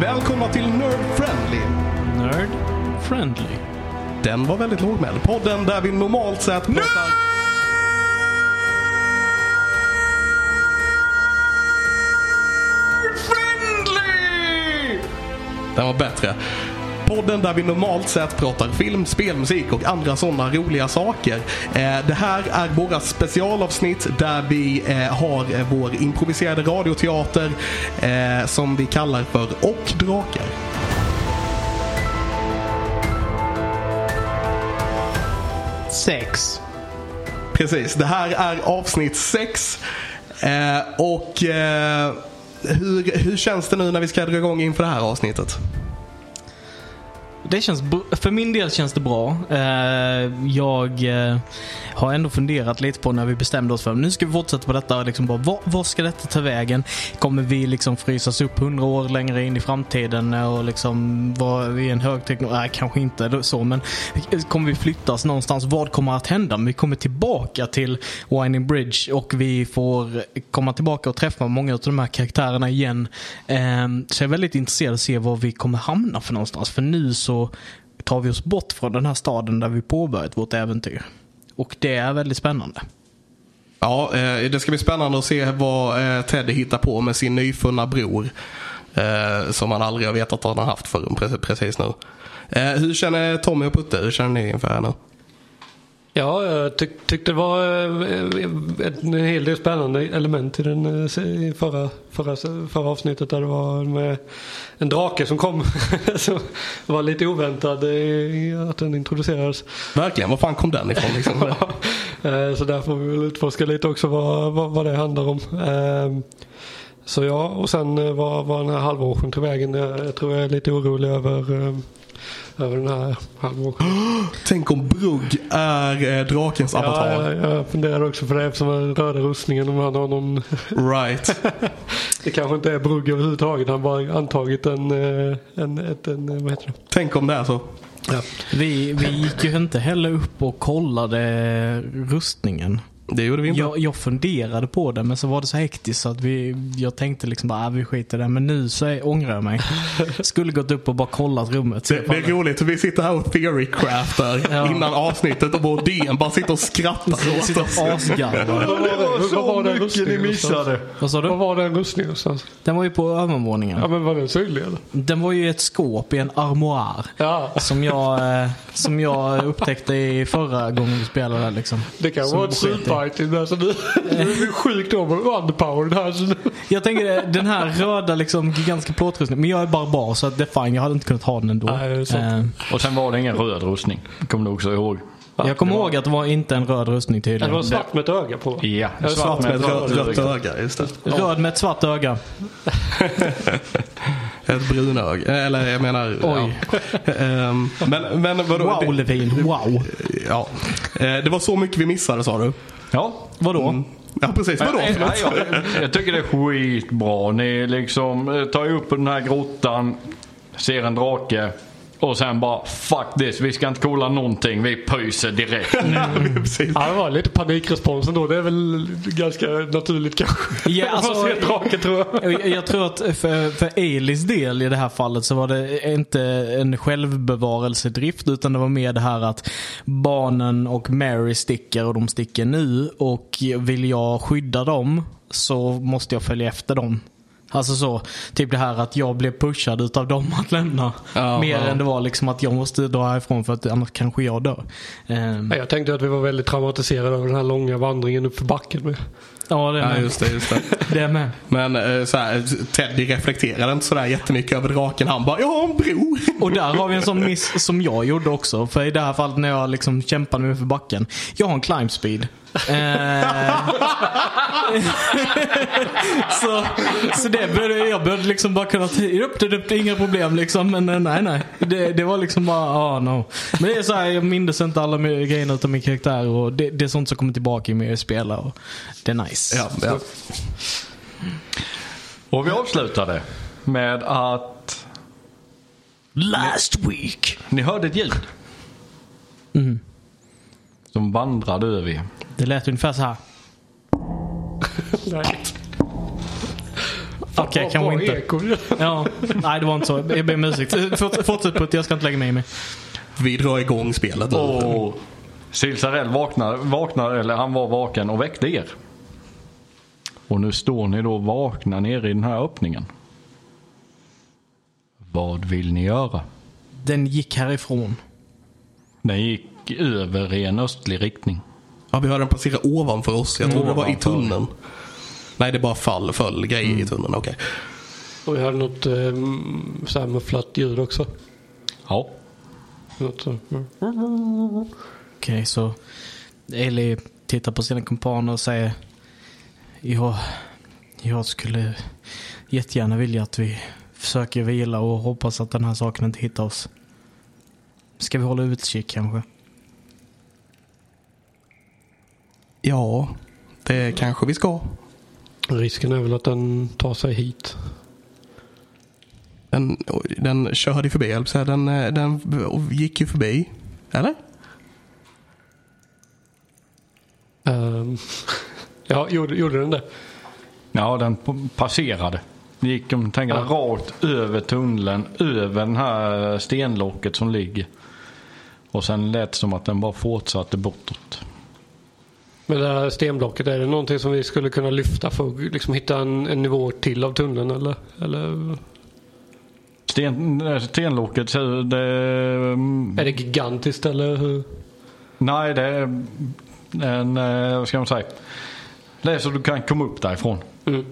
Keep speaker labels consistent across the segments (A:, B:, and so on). A: Välkomna till Nerd Friendly.
B: Nerd friendly.
A: Den var väldigt lågmäld. Podden där vi normalt sett pratar...
C: Friendly!
A: Den var bättre. Podden där vi normalt sett pratar film, spelmusik och andra sådana roliga saker. Eh, Det här är våra specialavsnitt där vi eh, har eh, vår improviserade radioteater eh, som vi kallar för Och Drakar.
B: Sex.
A: Precis, det här är avsnitt 6. Eh, och eh, hur, hur känns det nu när vi ska dra igång inför det här avsnittet?
B: Det känns, br- för min del känns det bra. Eh, jag eh, har ändå funderat lite på när vi bestämde oss för nu ska vi fortsätta på detta. Liksom bara, vad, vad ska detta ta vägen? Kommer vi liksom frysas upp hundra år längre in i framtiden eh, och liksom vara i en högteknologi? Nej, kanske inte då- så, men kommer vi flyttas någonstans? Vad kommer att hända? Men vi kommer tillbaka till Winding Bridge och vi får komma tillbaka och träffa många av de här karaktärerna igen. Ehm, Så jag är väldigt intresserad att se var vi kommer hamna för någonstans. För nu så tar vi oss bort från den här staden där vi påbörjat vårt äventyr. Och det är väldigt spännande.
A: Ja, eh, det ska bli spännande att se vad eh, Teddy hittar på med sin nyfunna bror. Eh, som han aldrig har vetat att han har haft förrän pre- precis nu. Eh, hur känner Tommy och Putte? Hur känner ni inför det här nu?
D: Ja, jag tyck, tyckte det var eh, ett, en hel del spännande element i den eh, se- i förra, förra, förra avsnittet där det var med en drake som kom. som var lite oväntad eh, att den introducerades.
A: Verkligen, var fan kom den ifrån liksom?
D: Eh, Så där får vi väl utforska lite också vad, vad, vad det handlar om. Ehm, Så ja, och sen eh, var, var den här halvårsjen till vägen. Jag, jag tror jag är lite orolig över, eh, över den här halvårsjen.
A: Tänk om Brugg är eh, drakens avatar.
D: Ja, jag, jag funderar också på det eftersom han rörde rustningen om han har någon.
A: Right.
D: Det kanske inte är Brugg överhuvudtaget. Han har bara antagit en, eh, en, ett, en eh, vad heter det?
A: Tänk om det alltså. är så.
B: Vi, vi gick ju inte heller upp och kollade rustningen.
A: Det gjorde vi inte.
B: Jag, jag funderade på det men så var det så hektiskt så att vi, jag tänkte liksom bara, ah, vi skiter i det. Men nu så är, ångrar jag mig. Skulle gått upp och bara kollat rummet.
A: Det, det är roligt, vi sitter här och theorycraftar
B: Ja.
A: innan avsnittet och vår DM bara sitter och skrattar åt
B: Sitter
A: oss.
B: asgarvar.
D: Vad var den rustningen någonstans?
B: Vad sa
D: Vad
B: du?
D: var den rustningen någonstans?
B: Den var ju på övervåningen.
D: Ja men var den synlig eller?
B: Den var ju i ett skåp i en armoire.
D: Ja,
B: Som jag, eh, som jag upptäckte i förra gången vi spelade där, liksom.
D: det kan
B: Som
D: vara ett
B: sket i.
D: superfighting. Alltså, du du är sjukt over- underpowered här. så nu-
B: Jag tänker eh, den här röda liksom gigantiska plåtrustningen. Men jag är barbar så att det är fine. Jag hade inte kunnat ha den ändå.
D: Nej, det är sant.
B: Eh,
E: Och sen var det ingen röd rustning. Kommer du också ihåg?
B: jag kommer ihåg att det var inte en röd rustning
D: Det var
B: tydligen.
D: svart med ett öga på.
E: Ja,
D: Eller
A: Svart med ett
D: rött-
A: rött, rött öga, just det.
B: Röd med ett svart öga.
A: Ett brunög. Eller jag menar...
B: Oj.
A: Ja. Ehm, men, men vadå?
B: Wow
A: det,
B: Levin, wow.
A: ja. Eh, det var så mycket vi missade sa du? Mm.
E: Ja.
B: Vadå?
A: Ja precis, vadå?
E: Nej, nej, jag, jag tycker det är skitbra. Ni liksom eh, tar ju upp den här grottan, ser en drake och sen bara fuck this. Vi ska inte kolla någonting. Vi pyser direkt.
A: precis.
D: Ja, det var lite panikresponsen då. Det är väl ganska naturligt kanske.
B: Ja, alltså-
D: Man ser draken tror jag.
B: Jag, jag tror att för, för Eilis del i det här fallet så var det inte en självbevarelsedrift utan det var mer det här att barnen och Mary sticker och de sticker nu och vill jag skydda dem så måste jag följa efter dem. Alltså så, typ det här att jag blev pushad utav dem att lämna.
A: Ja,
B: mer
A: ja.
B: än det var liksom att jag måste dra härifrån för att annars kanske jag dör. Ehm,
D: Nej, Jag tänkte att vi var väldigt traumatiserade av den här långa vandringen upp för backen. Med.
B: ja, det är
A: Ja,
B: med.
A: just det, just det.
B: Det är med.
A: Men eh, så här, Teddy reflekterade inte sådär jättemycket över draken. Han bara, jag har en bror.
B: Och där har vi en sån miss som jag gjorde också. För i det här fallet när jag liksom kämpade mig för backen. Jag har en climb speed. Eh, så så det började, jag började liksom bara kunna ta upp det, upp det, inga problem liksom. Men eh, nej, nej. Det, det var liksom bara, ah no. Men det är så här, jag mindes inte alla mi- grejerna utav min karaktär. Och det, det är sånt som kommer tillbaka i mig att spela. Och det är nice.
A: Ja, ja.
E: Och vi avslutade med att
B: Last week.
E: ni hörde ett ljud.
A: Mm.
E: Som vandrade över er.
B: Det lät ungefär så här.
D: Nej. Fan,
B: Okej,
D: vad
B: kan
D: bra
B: vi inte.
D: eko.
B: Ja, nej det var inte så. Jag ber om ursäkt. Forts- Fortsätt Putte, jag ska inte lägga mig i mig.
A: Vi drar igång spelet.
E: Och Silsarell vaknar, vaknar, eller han var vaken och väckte er. Och nu står ni då vakna nere i den här öppningen. Vad vill ni göra?
B: Den gick härifrån.
E: Den gick över i en östlig riktning.
A: Ja, vi hör den passera ovanför oss. Jag tror det var i
E: Ovanför.
A: tunneln. Nej, det bara fall, föll grejer i tunneln. Okej.
D: Och jag hade något eh, så här mufflat ljud också.
E: Ja.
D: Något så. Mm.
B: Okej, så Eli tittar på sina kumpaner och säger jag, jag skulle jättegärna vilja att vi försöker vila och hoppas att den här saken inte hittar oss. Ska vi hålla utkik kanske?
A: Ja, det kanske vi ska.
D: Risken är väl att den tar sig hit.
A: Den, den körde ju förbi, jag höll på att säga. den, eh, den gick ju förbi. Eller?
D: Ehm, ja, gjorde, gjorde den det?
E: Ja, den p- passerade. Den gick, om du tänker,
D: Ja.
E: rakt över tunneln, över den här stenlocket som ligger. Och sen lät det som att den bara fortsatte bortåt.
D: Men det här stenblocket, är det någonting som vi skulle kunna lyfta för att liksom hitta en, en nivå till av tunneln eller? eller
E: Sten, eh, stenlocket, så det, mm,
D: är det gigantiskt eller hur?
E: nej det är en, eh, vad ska man säga? Det är så du kan komma upp därifrån.
D: Mm.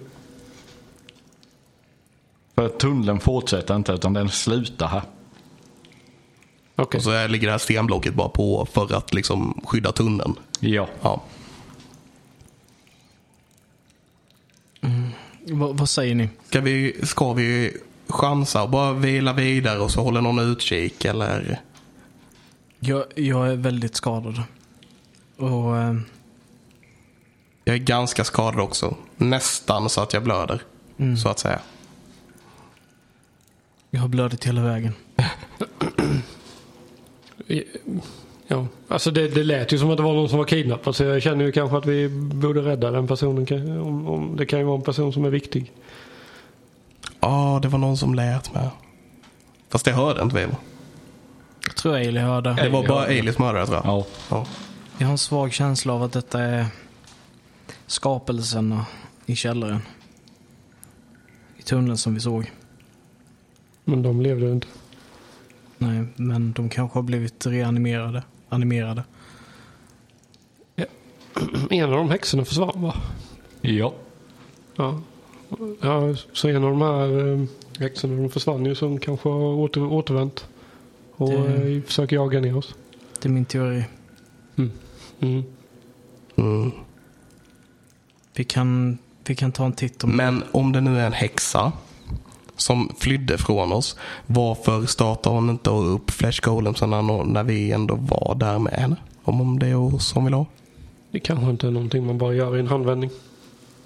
E: För tunneln fortsätter inte utan den slutar här.
D: Okej.
A: Och så ligger det här stenblocket bara på för att liksom skydda tunneln.
E: Ja.
A: Ja.
B: Va, vad säger ni?
A: Ska vi, ska vi chansa och bara vila vidare och så håller någon utkik eller?
B: Jag, jag är väldigt skadad. Och eh,
A: Jag är ganska skadad också. Nästan så att jag blöder. Så att säga.
B: jag har blödigt hela vägen.
D: Ja. Alltså det, det lät ju som att det var någon som var kidnappad så jag känner ju kanske att vi borde rädda den personen. kan- Om, om, det kan ju vara en person som är viktig.
A: Ja, det var någon som lät med. Fast det hörde inte vi va?
B: Jag tror Eli hörde.
A: Det var bara Ailey som hörde det tror jag.
E: ja.
A: Ja.
B: Jag har en svag känsla av att detta är skapelserna i källaren. I tunneln som vi såg.
D: Men de levde ju inte.
B: Nej, men de kanske har blivit reanimerade. Animerade.
D: En av de häxorna försvann va?
E: ja.
D: Ja. ja så en av de här eh, häxorna de försvann ju som kanske har åter, återvänt. Och
B: Det-
D: eh, försöker jaga ner oss.
B: Det är min teori.
D: Mm.
A: Mm.
B: Vi kan, vi kan ta en titt om...
A: Men om det nu är en häxa som flydde från oss. Varför startar hon inte upp Flash Golemsarna nå- när vi ändå var där med henne? Om om det är oss hon vill ha?
D: Det kanske inte är någonting man bara gör i en handvändning.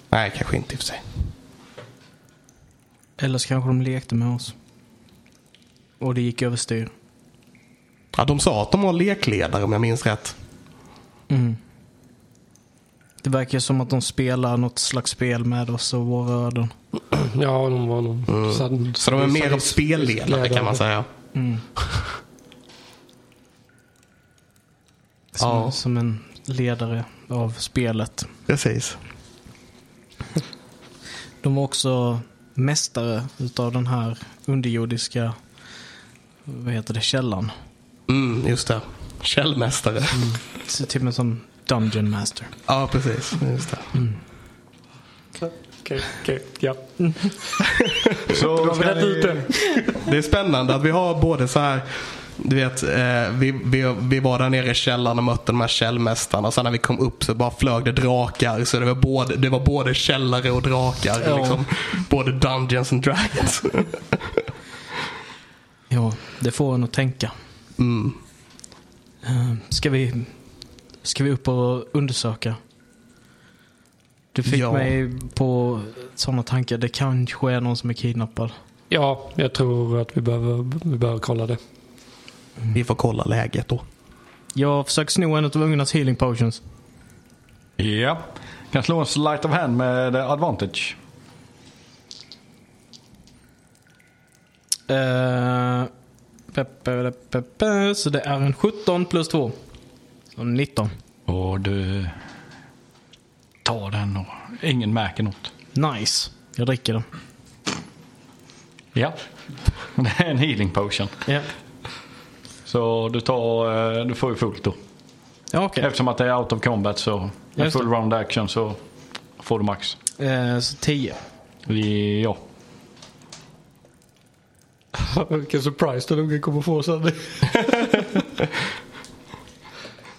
A: Nej, kanske inte i och för sig.
B: Eller så kanske de lekte med oss. Och det gick överstyr.
A: Ja, de sa att de var lekledare om jag minns rätt.
B: Mm. Det verkar som att de spelar något slags spel med oss och våra öden.
D: Ja, de var någon sad-
A: Så de är mer av
D: sadist-
A: spelledare kan man säga.
B: Som,
A: Ja.
B: som en ledare av spelet.
A: Precis.
B: De var också mästare utav den här underjordiska vad heter det, källan.
A: Mm, just det. Källmästare.
B: Så Typ en som Dungeon Master.
A: Ja, precis. Just det.
D: Okej, okej, ja.
E: Så
D: Då har vi
E: ska
D: rätt
E: ni-
D: ut det.
A: Det är spännande att vi har både så här, du vet, eh, vi, vi, vi var där nere i källaren och mötte de här källmästarna. Sen när vi kom upp så bara flög det drakar. Så det var både, det var både källare och drakar.
B: Ja.
A: Liksom, både Dungeons and Dragons.
B: Ja, det får en att tänka.
A: Mm.
B: Eh, Ska vi, ska vi upp och undersöka? Du fick
A: Ja.
B: mig på sådana tankar. Det kanske är någon som är kidnappad.
D: Ja, jag tror att vi behöver, vi behöver kolla det.
A: Vi får kolla läget då.
B: Jag försöker sno en av ungarnas healing potions.
E: Ja. Kan slå en sleight of hand med eh, advantage.
B: Eh, pe- pe- pe- pe- Så det är en 17 plus 2. Så en 19.
E: Och du tar den och ingen märker något.
B: Nice. Jag dricker den.
E: Ja. Det är en healing potion.
B: Ja,
E: Så du tar, eh, du får ju fullt då.
B: ja okej.
E: Eftersom att det är out of combat så, en
B: Just det.
E: full round action så får du max.
B: Eh, Så 10.
E: Ja.
D: Vilken surprise den ungen kommer få sen.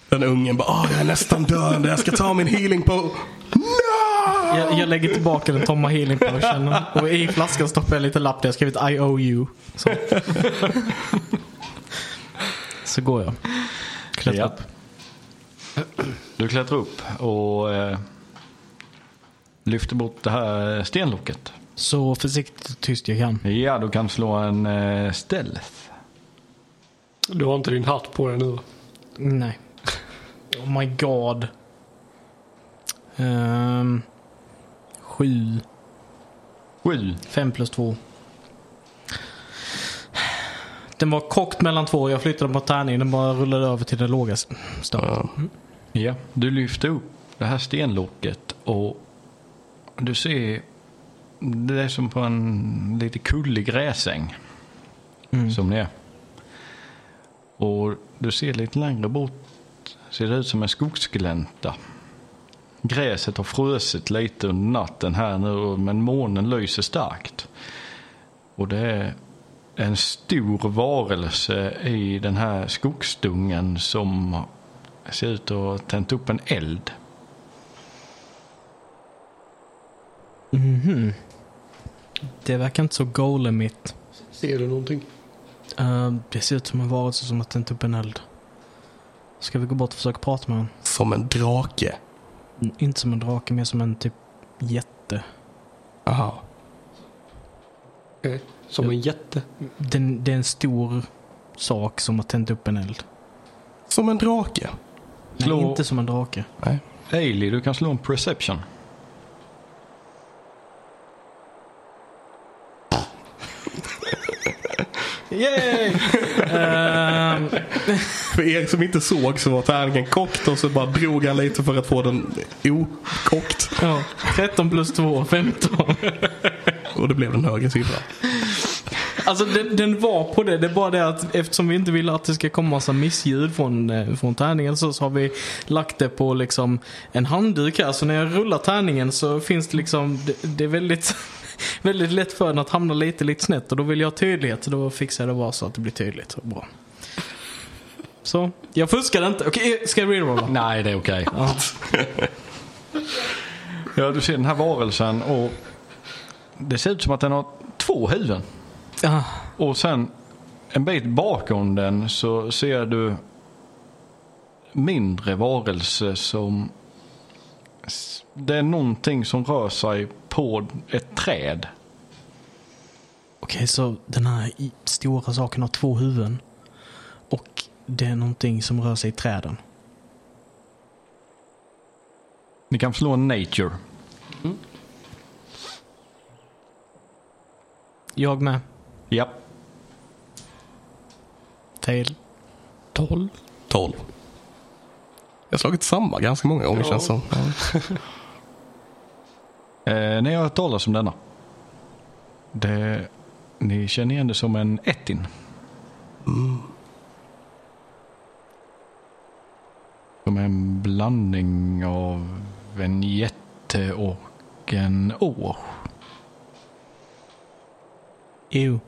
A: Den ungen bara Åh, jag är nästan döende. Jag ska ta min healing på...
B: Jag, jag lägger tillbaka den tomma healing potionen och i flaskan stoppar jag lite lapp där jag skrivit I owe you. Så, så går jag. Klättrar
E: Ja.
B: upp.
E: Du klättrar upp och eh, lyfter bort det här stenlocket.
B: Så försiktigt och tyst jag kan.
E: Ja, du kan slå en eh, stealth.
D: Du har inte din hatt på dig nu va?
B: Nej. Oh my god. Ehm, sju.
E: Sju.
B: Fem plus två. Den var kokt mellan två. Jag flyttade den på tärning. Den bara rullade över till det låga stadiet.
E: Ja, du lyfter upp det här stenlocket och du ser det är som på en lite kullig gräsäng. Som det är. Och du ser lite längre bort ser det ut som en skogsglänta. Gräset har frusit lite under natten här nu och- men månen lyser starkt. Och det är en stor varelse i den här skogsdungen som ser ut att ha tänt upp en eld.
B: Mhm. Det verkar inte så golemigt.
D: Ser du någonting?
B: Eh, det ser ut som en varelse som har tänt upp en eld. Ska vi gå bort och försöka prata med honom?
A: Som en drake.
B: Mm, Inte som en drake, mer som en typ jätte.
A: Aha.
D: Okej. Som en jätte.
B: Den, det är en stor sak som har tänt upp en eld.
A: Som en drake.
B: Nej,
E: Slå-
B: inte som en drake.
A: Nej.
E: Ailey, du kan slå en perception.
B: Yay! Ehm,
A: För er som inte såg så var tärningen kokt och så bara drog han lite för att få den okokt.
B: ja, 13 plus 2, 15.
A: Och det blev den högre siffran.
B: Alltså den, den var på det. Det är bara det att eftersom vi inte vill att det ska komma massa missljud från, eh, från tärningen så, så har vi lagt det på liksom en handduk här. Så när jag rullar tärningen så finns det liksom, det, det är väldigt, väldigt lätt för den att hamna lite, lite snett. Och då vill jag ha tydlighet. Så då fixar jag det bara så att det blir tydligt och bra. Så, jag fuskade inte. Okej, eh, ska jag rerolla?
E: Nej, det är okej. ja, du ser den här varelsen och det ser ut som att den har två huvuden.
B: Ah,
E: Och sen en bit bakom den så ser du mindre varelse som... Det är någonting som rör sig på ett träd.
B: Okej, så den här i- stora saken har två huvuden. Och det är någonting som rör sig i träden.
E: Ni kan slå en nature.
B: Jag med.
E: Ja.
B: Fail.
D: 12.
A: 12. Jag har slagit samma ganska många gånger
D: Ja.
A: känns som.
E: Eh, ni har hört talas om denna. Det, ni känner igen det som en ettin. Som en blandning av en jätte och en år.
B: Ew.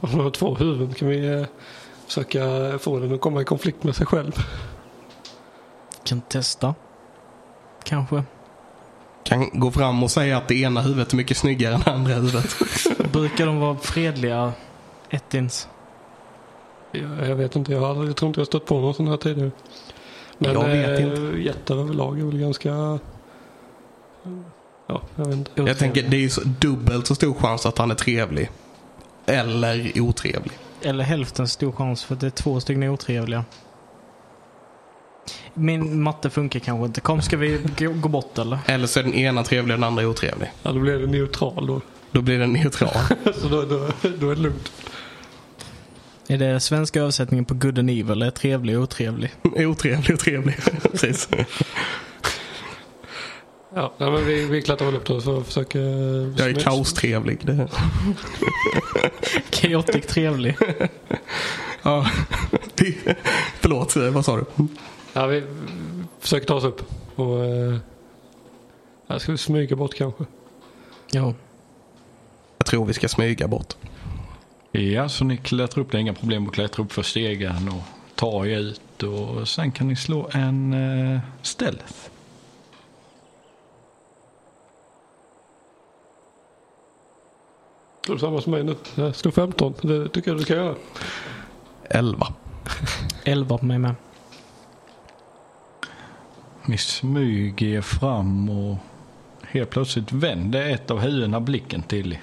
D: Om de har två huvuden kan vi eh, försöka få den att komma i konflikt med sig själv.
B: Kan testa. Kanske.
A: Kan gå fram och säga att det ena huvudet är mycket snyggare än det andra huvudet.
B: Brukar de vara fredliga ettins?
D: Jag, jag vet inte, jag, har aldrig, jag tror inte jag har stött på någon sån här tidigare. Men
A: Jag vet
D: eh, jättar överlag är väl ganska... Ja, jag vet inte.
A: Jag tänker det är ju så dubbelt så stor chans att han är trevlig. Eller otrevlig.
B: Eller hälften stor chans för att det är två stycken otrevliga. Min matte funkar kanske inte. Kom ska vi gå- gå bort eller?
A: Eller så är den ena trevlig och den andra otrevlig.
D: Ja, då blir det neutral då.
A: Då blir den neutral.
D: Så då, då, då är det lugnt.
B: Är det svenska översättningen på Good and Evil? Är trevlig och otrevlig?
A: otrevlig, otrevlig. Precis.
D: Ja, nej, men vi, vi klättrar väl upp då så försöker...
A: Jag är kaostrevlig. Det.
B: Chaotic trevlig.
A: Ja. Förlåt, eh, vad sa du?
D: Ja, vi försöker ta oss upp. Och... eh, Ja, ska vi smyga bort kanske?
B: Ja.
A: Jag tror vi ska smyga bort.
E: Ja, så ni klättrar upp. Det är inga problem att klättra upp för stegen och ta er ut. Och sen kan ni slå en eh, stealth.
D: Är du samma som mig nu? Jag slog 15. Det tycker jag du kan göra.
A: 11.
B: 11 på mig med.
E: Ni smyger er fram och helt plötsligt vänder ett av huvudena blicken till er.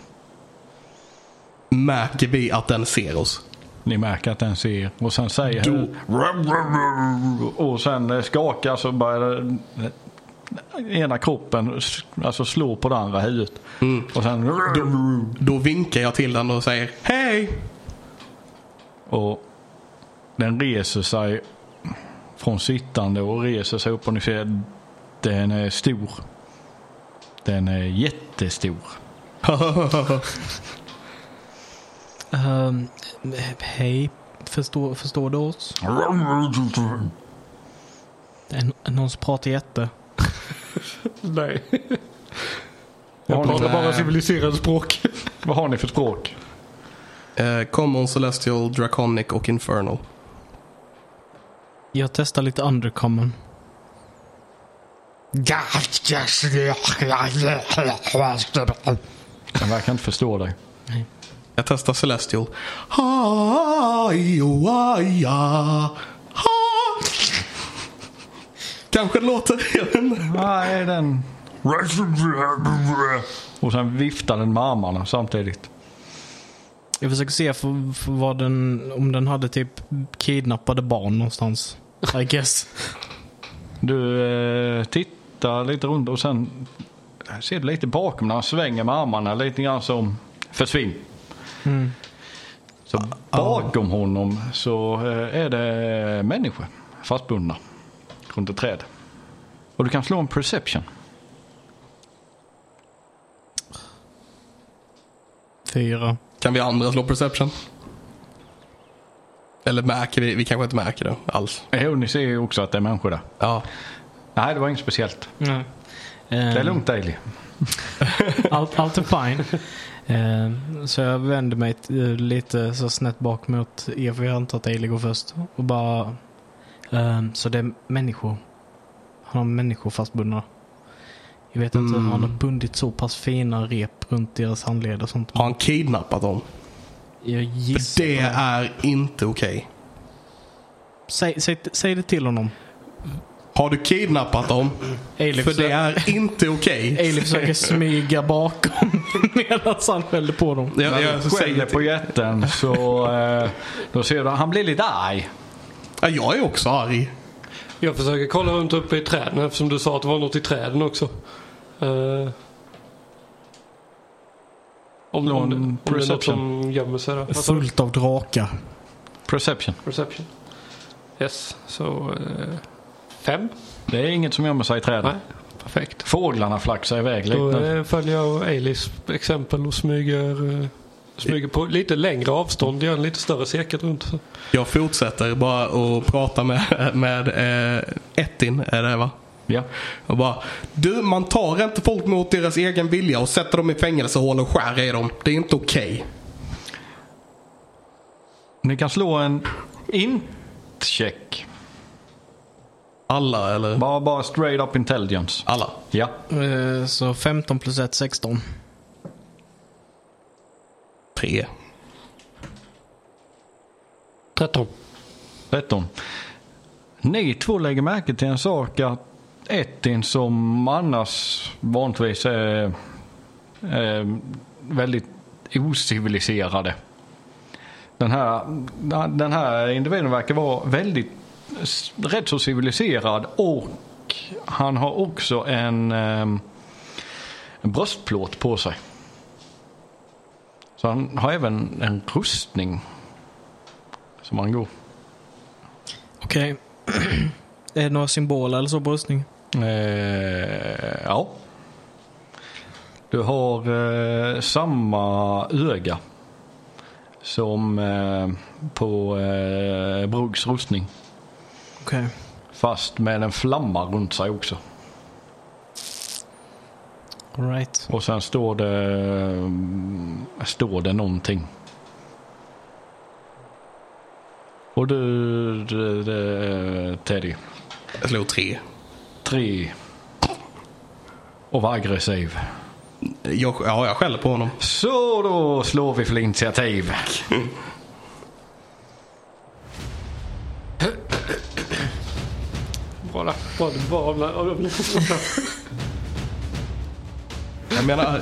A: Märker vi att den ser oss?
E: Ni märker att den ser och sen säger
A: Då-
E: huvud- och sen eh, skakar så börjar den ena kroppen s- alltså slå på det andra huvudet. Och sen
A: Då vinkar jag till den och säger hej.
E: och den reser sig från sittande och reser sig upp och ni ser den är stor. Den är jättestor.
B: Ehm, hej. Förstår, förstår du oss? En, någon som pratar jätte.
D: Nej.
E: Vad
D: Jag
E: har,
D: pratar
E: ni,
D: bara civiliserade språk.
E: vad har ni för språk?
A: Eh, Common, Celestial, Draconic och Infernal.
B: Jag testar lite undercommon.
E: Den verkar inte förstå dig.
A: Jag testar Celestial. Ha, jo, ah, ja. Ha. Kanske det låter. jag vet inte.
E: Nej, den... Och sen viftar den med armarna samtidigt.
B: Jag försöker se för, för vad den, om den hade typ kidnappade barn någonstans. I guess.
E: Du eh, tittar lite runt och sen ser du lite bakom när han svänger med armarna lite grann som försvinn. Så bakom honom så eh, är det människor fastbundna runt ett träd. Och du kan slå en perception.
B: Fyra.
A: Kan vi andra slå Perception? Eller märker vi? Vi kanske inte märker det alls.
E: Jo, ni ser ju också att det är människor där.
A: Ja.
E: Nej, det var inget speciellt.
B: Nej. Mm.
E: Det är lugnt Daily.
B: Allt, allt är fine. Ehm, så jag vänder mig t- eh, lite så snett bak mot er, för jag antar att Ailey går först. Och bara... ehm, så det är människor. Han har människor fastbundna. Jag vet inte,
E: Mm.
B: han har bundit så pass fina rep runt deras handleder och sånt.
A: Har han kidnappat dem?
B: Jag gissar
A: Det
B: på det.
A: är inte okej.
B: Säg, säg, säg det till honom.
A: Har du kidnappat dem?
B: Ailey
A: För det
B: försöker,
A: är inte okej.
B: Ailey försöker smyga bakom medan han skäller på dem.
A: Jag, jag,
E: Jag skäller
A: säger
E: på
A: till,
E: jätten så eh, då ser du han blir lite arg.
A: ja, jag är också arg.
D: Jag försöker kolla runt uppe i träden eftersom du sa att det var något i träden också. Eh, om, om, det- om det är något
E: Perception.
D: som gömmer sig där. Vad sa du?
B: Fullt av drakar.
E: Perception.
D: Perception. Yes, så... eh, fem?
E: Det är inget som gömmer sig i träden.
D: Nej, perfekt.
E: Fåglarna flaxar iväg lite
D: Då
E: nu.
D: eh, följer jag Eilis exempel och smyger, eh, smyger på lite längre avstånd. Gör en lite större cirkel runt. Så.
A: Jag fortsätter bara att prata med, med eh, Ettin, är det va?
E: Ja.
A: Och bara, du man tar inte folk mot deras egen vilja och sätter dem i fängelsehål och skär i dem. Det är inte okej.
E: Ni kan slå en int-check.
A: Alla eller?
E: Bara, bara straight up intelligence.
A: Alla.
E: Ja.
B: Eh, Så 15 plus 1, 16.
A: Tre.
D: 13.
E: 13. Ni två lägger märke till en sak att Ettin som annars vanligtvis är, är väldigt ociviliserade. Den här, den här individen verkar vara väldigt s- rätt så civiliserad och han ehm, har också en, eh, en bröstplåt på sig. Så han har även en rustning som han går.
B: Okej. är det några symboler eller så på rustningen?
E: Eh, ja. Du har eh, samma öga som eh, på eh, Brugs rustning.
B: Okej.
E: Fast med en flamma runt sig också.
B: Alright.
E: Och sen står det, mm, står det någonting. Och du, du, du eh, Teddy.
A: Jag slog tre.
E: Tre. Och var aggressiv.
A: Jag, ja, jag skäller på honom.
E: Så då slår vi för initiativ.
D: Bra där. Bra, bra, bra, bra.
A: Jag menar...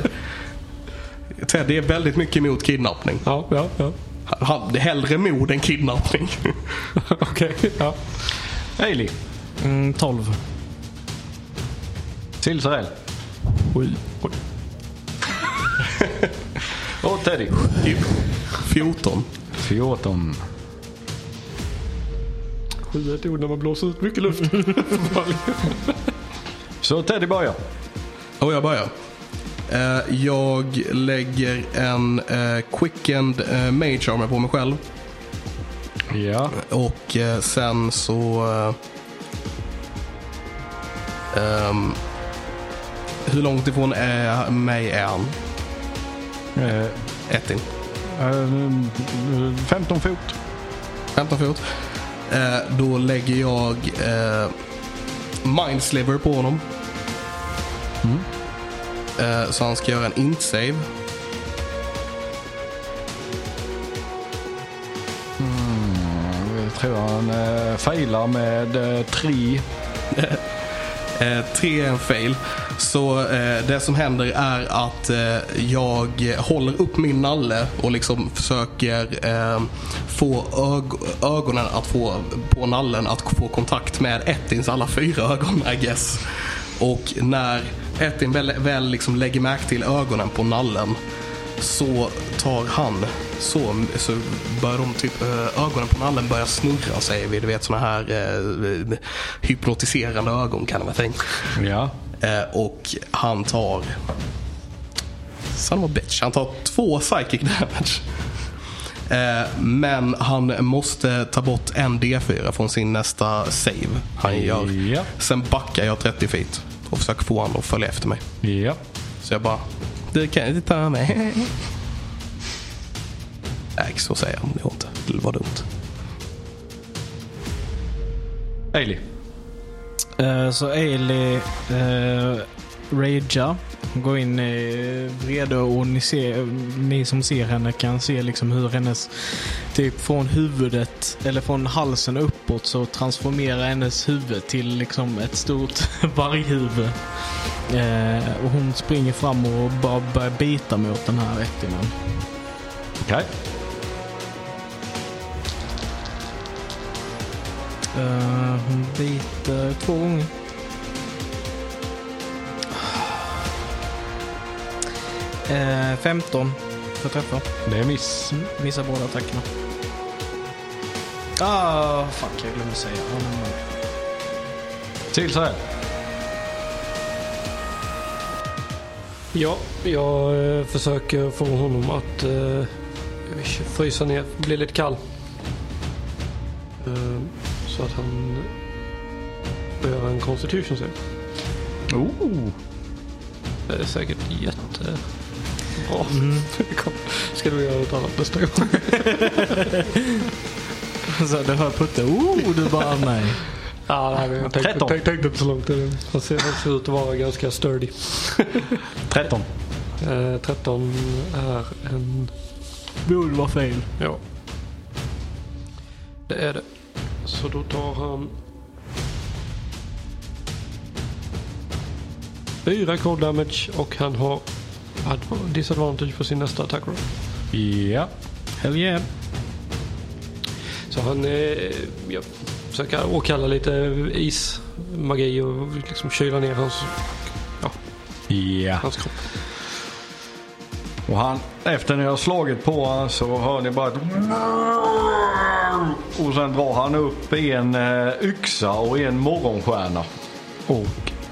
A: Teddy är väldigt mycket emot kidnappning.
D: Ja, ja, ja.
A: Han, hellre mord än kidnappning.
D: Okej. Ja.
E: Hailey.
B: Mm, 12.
E: Silsarell. Och Teddy.
A: Typ 14.
E: 14.
D: Sju är ett ord när man blåser ut mycket luft.
E: Så Teddy börjar.
A: Och Oh, jag börjar. Eh, jag lägger en eh, quickened eh, mage armor på mig själv.
E: Ja.
A: Och eh, sen så... eh, ehm, hur långt ifrån är mig är han?
E: Eh,
A: Ett in.
E: eh, 15 fot.
A: 15 fot. Eh, då lägger jag eh, Mindsliver på honom. Eh, så han ska göra en int-save.
E: Jag tror han eh, failar med eh, tre.
A: Eh, tre är en fail. Så eh, det som händer är att eh, jag håller upp min nalle och liksom försöker eh, få ög- ögonen att få, på nallen att få kontakt med Ettins alla fyra ögon, I guess. Och när Ettin väl, väl liksom lägger märke till ögonen på nallen så tar han, så, så börjar de typ, eh, ögonen på nallen börjar snurra säger vi. Du vet såna här eh, hypnotiserande ögon kan det vara tänkt.
E: Ja.
A: Eh, och han tar, son of a bitch, han tar två psychic damage. Eh, men han måste ta bort en D4 från sin nästa save han gör.
E: Ja.
A: Sen backar jag 30 feet och försöker få honom att följa efter mig.
E: Ja.
A: Så jag bara, du kan inte ta mig. Nej, "Äh, så säger han nog inte. Det var dumt.
E: Hailey.
B: Eh, så Ailey uh, ragear. Hon går in i vrede och ni, ser, ni som ser henne kan se liksom hur hennes, typ från huvudet, eller från halsen uppåt så transformerar hennes huvud till liksom ett stort varghuvud. Eh, och hon springer fram och bara börjar bita mot den här ättingen.
E: Okej.
B: Eh, hon biter två gånger. Eh, 15 för träffar.
E: Det är miss.
B: Missar båda attackerna. Ah, fuck jag glömde säga. Mm.
E: Silsarell.
D: Ja, jag eh, försöker få honom att eh, frysa ner, bli lite kall. Eh, så att han får göra en constitution save.
E: Oh.
D: Det är säkert jättebra. Mm. Kom, Ska du göra något annat nästa gång?
B: Så du hör Putte. Oh, du bara nej.
D: Ja, nej, men jag tänkte,
E: Tretton.
D: tänkte, tänkte inte så långt. Han ser, han ser ut att vara ganska sturdy.
E: 13.
D: Eh, 13 är en...
B: Borde vara fel.
D: Ja. Det är det. Så då tar han... Fyra cold damage och han har adv- disadvantage på sin nästa attack roll.
E: Ja.
B: Hell yeah.
D: Så han eh, ja, försöker åkalla lite ismagi och liksom kyla ner hans,
E: Ja.
D: hans kropp.
E: Och han, efter när jag har slagit på honom så hör ni bara ett... Och sen drar han upp en eh, yxa och en morgonstjärna. Och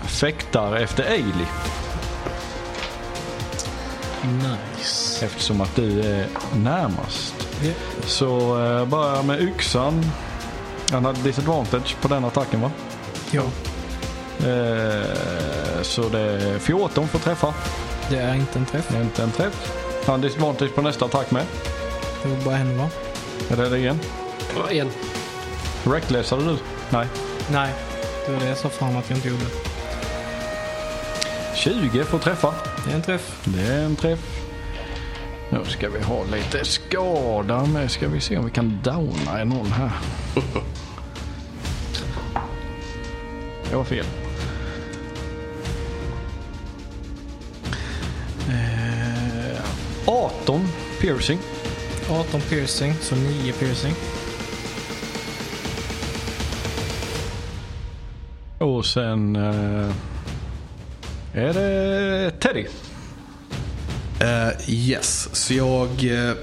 E: fäktar efter Eili.
B: Nice.
E: Eftersom att du är närmast. Så eh, börjar jag med yxan. Han hade disadvantage på den attacken va?
B: Ja,
E: Eh, så det är 14 för att träffa.
B: det är inte en träff.
E: Det är inte en träff. Han har disadvantage på nästa attack med.
B: Det var bara en va?
E: Är det det igen?
D: Ja, En.
E: Reckless hade du? Nej.
B: Nej, det var det jag sa fan att jag inte gjorde.
E: 20 för att träffa.
B: Det är en träff.
E: Det är en träff. Nu ska vi ha lite skada med. Ska vi se om vi kan downa i någon här. Det var fel. Eh, 18 piercing.
B: 18 piercing, så 9 piercing.
E: Och sen eh, är det Teddy.
A: Eh, yes, så jag eh,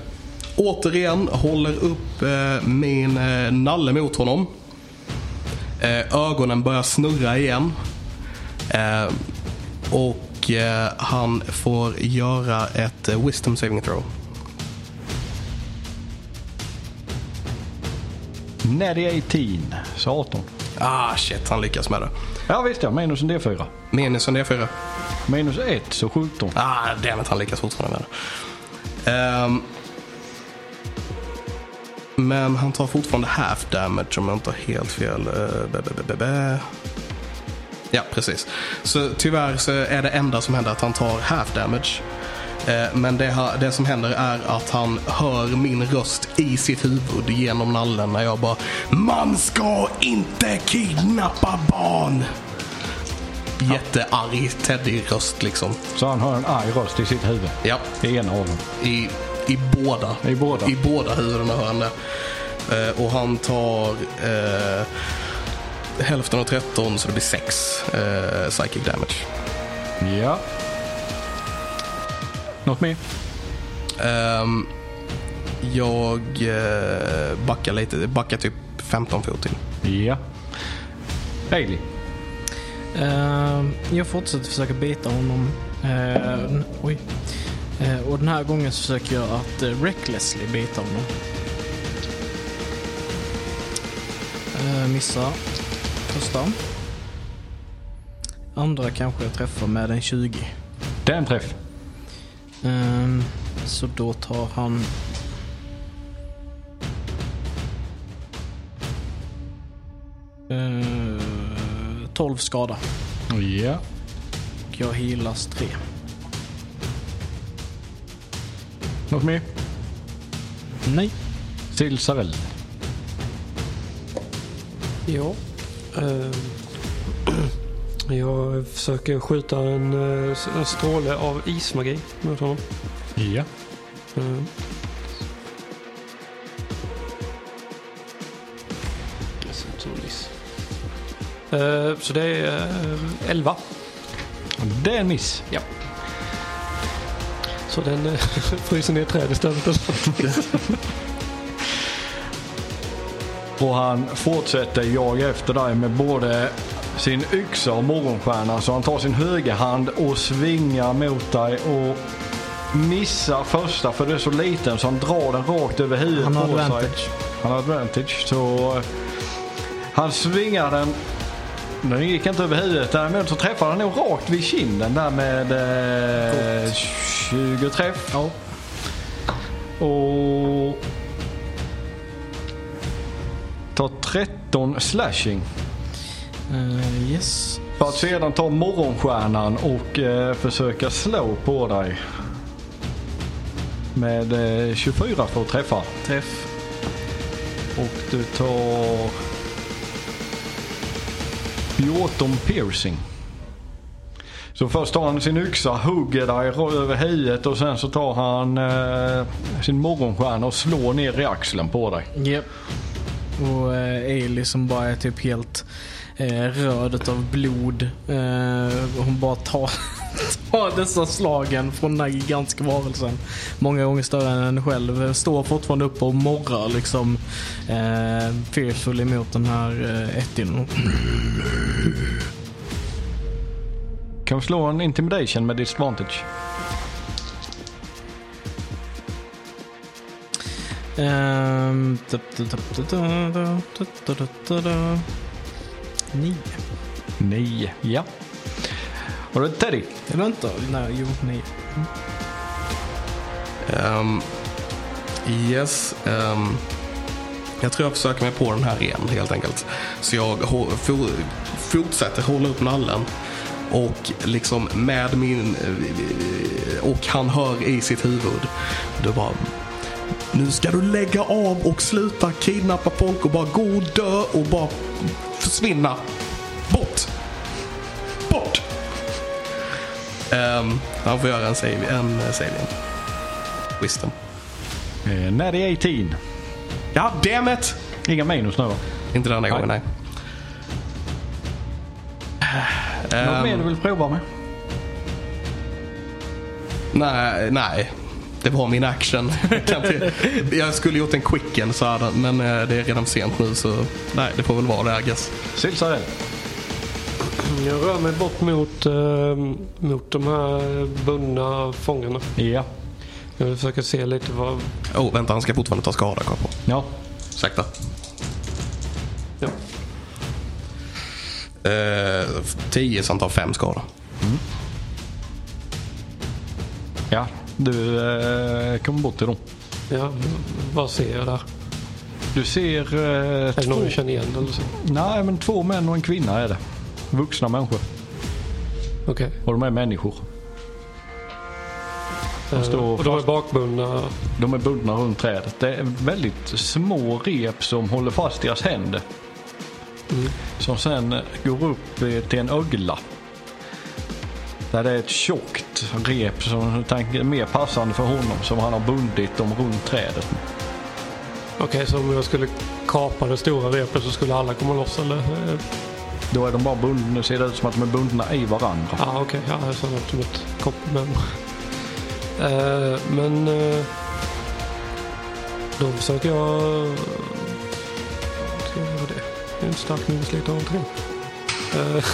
A: återigen håller upp eh, min eh, nalle mot honom. Eh, ögonen börjar snurra igen. Eh, och eh, han får göra ett eh, wisdom saving throw.
E: Natty 18. Så 18.
A: Ah shit, han lyckas med det.
E: Ja visst ja, minus en D4.
A: Minus en D4.
E: Minus 1 så 17.
A: Ah, dammit, han lyckas fortfarande med det. Ehm, men han tar fortfarande half damage om jag inte har helt fel. Eh, bä, bä, bä, bä, bä. Ja, precis. Så tyvärr så är det enda som händer att han tar half damage. Eh, Men det, ha- det som händer är att han hör min röst i sitt huvud genom nallen när jag bara Man ska inte kidnappa barn! Jättearg Teddy-röst liksom.
E: Så han hör en arg röst i sitt huvud.
A: Ja,
E: I ena av dem.
A: i, i båda.
E: I båda.
A: I båda huvudena hör han det. Eh, och han tar eh, hälften av 13 så det blir 6 eh, psychic damage.
E: Ja. Något mer?
A: Ehm, jag eh, backar lite, backar typ 15 fot till.
E: Ja. Hailey.
B: Eh, jag fortsätter försöka bita honom. Eh, n- oj. Eh, och den här gången så försöker jag att eh, recklessly bita honom. Eh, missa första. Andra kanske jag träffar med en 20.
E: Det är en träff.
B: Ehm, så då tar han... Uh, 12 skada.
E: Ja.
B: Och jag healas 3.
E: Något mer?
B: Nej.
E: Silsarell.
D: Ja. Eh, Jag försöker skjuta en, eh, s- en stråle av ismagi mot honom.
E: Ja.
D: Eh, eh, Så det är eh, 11.
E: Det är en miss. Ja.
D: Så den eh, fryser ner träd istället.
E: Och han fortsätter jaga efter dig med både sin yxa och morgonstjärna. Så han tar sin högerhand och svingar mot dig och missar första för det är så liten så han drar den rakt över huvudet
B: Han har
E: på sig.
B: advantage.
E: Han har advantage. Så eh, han svingar den. Den gick inte över huvudet. Däremot så träffar han nog rakt vid kinden där med eh, 20 träff. Och tar 13 slashing.
B: Eh, yes.
E: För att sedan ta morgonstjärnan och eh, försöka slå på dig. Med eh, 24 för att träffa.
B: Träff.
E: Och du tar 14 piercing. Så först tar han sin yxa, hugger dig ra- över huvudet och sen så tar han eh, sin morgonstjärna och slår ner i axeln på dig.
B: Yep. Och eh, Ailey som bara är typ helt eh, röd av blod. Eh, hon bara tar, tar dessa slagen från den här gigantiska varelsen. Många gånger större än en själv. Står fortfarande upp och morrar liksom eh, fearful emot den här eh, ättingen.
E: Kan vi slå en intimidation med disadvantage?
B: Ehm, ta- ta- ta- ta- ta- ta- ta- ta- ta- ta- ta. Nio.
E: Nej. Ja. Har du Teddy?
B: Eller vänta, nej, jo, nio.
A: Ehm, yes. ehm, jag tror jag försöker mig på den här igen helt enkelt. Så jag hå- for- fortsätter hålla upp nallen. Och liksom med min... eh, Och han hör i sitt huvud. Det bara... Nu ska du lägga av och sluta kidnappa folk och bara gå och dö och bara försvinna. Bort! Bort! Ehm, han får göra en save, en eh, save igen. Wisdom.
E: Eh, när det är 18.
A: Ja, damn it!
E: Inga minus nu va?
A: Inte denna gången, nej.
E: Något mer du vill prova med?
A: Nej, nej. Det var min action. Jag kan inte- jag skulle gjort en quicken så hade, men eh, det är redan sent nu så nej, det får väl vara det, I guess.
E: Silsarell.
D: Jag rör mig bort mot, eh, mot de här bundna fångarna.
E: Ja.
D: Jag vill försöka se lite vad...
A: Oh, vänta, han ska fortfarande ta skada, kom på.
E: Ja.
A: Ursäkta.
D: Ja.
A: Eh, 10 så han tar 5 skada.
E: Ja. Du eh, kommer bort till dem.
D: ja, vad ser jag där?
E: Du ser eh,
D: Är det
E: två,
D: någon jag känner igen eller så?
E: nej, men två män och en kvinna är det. Vuxna människor.
D: Okej.
E: Och de är människor.
D: Eh,
E: står
D: och de är bakbundna.
E: De är bundna runt trädet. Det är väldigt små rep som håller fast deras händer. Mm. Som sen går upp eh, till en ögla. Där det är ett tjockt rep som jag tänker är mer passande för honom som han har bundit dem runt trädet.
D: Okej, så om jag skulle kapa det stora repet så skulle alla komma loss eller? Eh,
E: Då är de bara bundna, nu ser det ut som att de är bundna i varandra.
D: Ja, okej. Ja, jag känner som ett kopp men... Eh, men... eh, då försöker jag... Ska jag göra det? Jag är inte stark nog att slita av tre. Eh,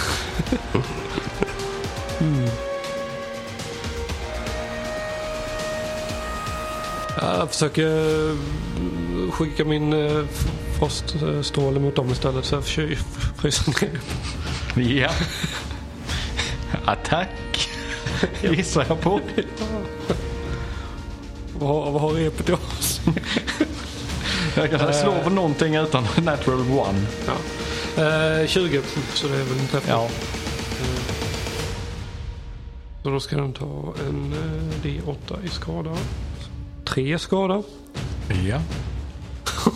D: mm. Ja, Jag försöker eh, skicka min eh, f- froststråle mot dem istället så jag försöker frysa ner.
E: Ja. Attack. Gissar jag på.
D: Vad har- vad har repet i oss?
E: Jag kan slå på någonting utan natural one.
D: Ja. Eh, 20, så det är väl en träff.
E: Ja.
D: Så då ska den ta en eh, D8 i skada. Tre skada.
E: Ja.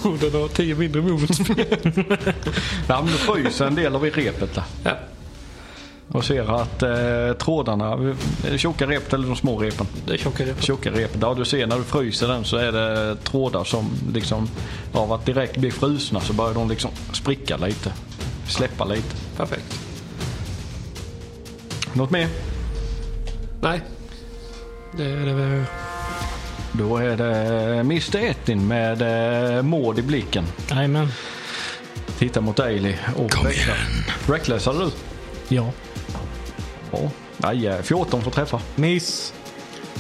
D: Och den har 10 mindre movement speed.
E: Ja, men då fryser en del av i repet där.
D: ja.
E: Och ser att eh, trådarna, är det tjocka repet eller de små repen?
D: Det är tjocka repet.
E: Tjocka repet. Ja, du ser när du fryser den så är det trådar som liksom av att direkt bli frusna så börjar de liksom spricka lite. Släppa lite.
D: Perfekt.
E: Något mer?
D: Nej. Det är det väl.
E: Då är det Mr Ettin med eh, mål i blicken.
B: Jajamän.
E: Tittar mot Daily och Kom igen. Recklessar du?
B: Ja.
E: Ja. Nej, eh, 14 får träffa.
B: Miss.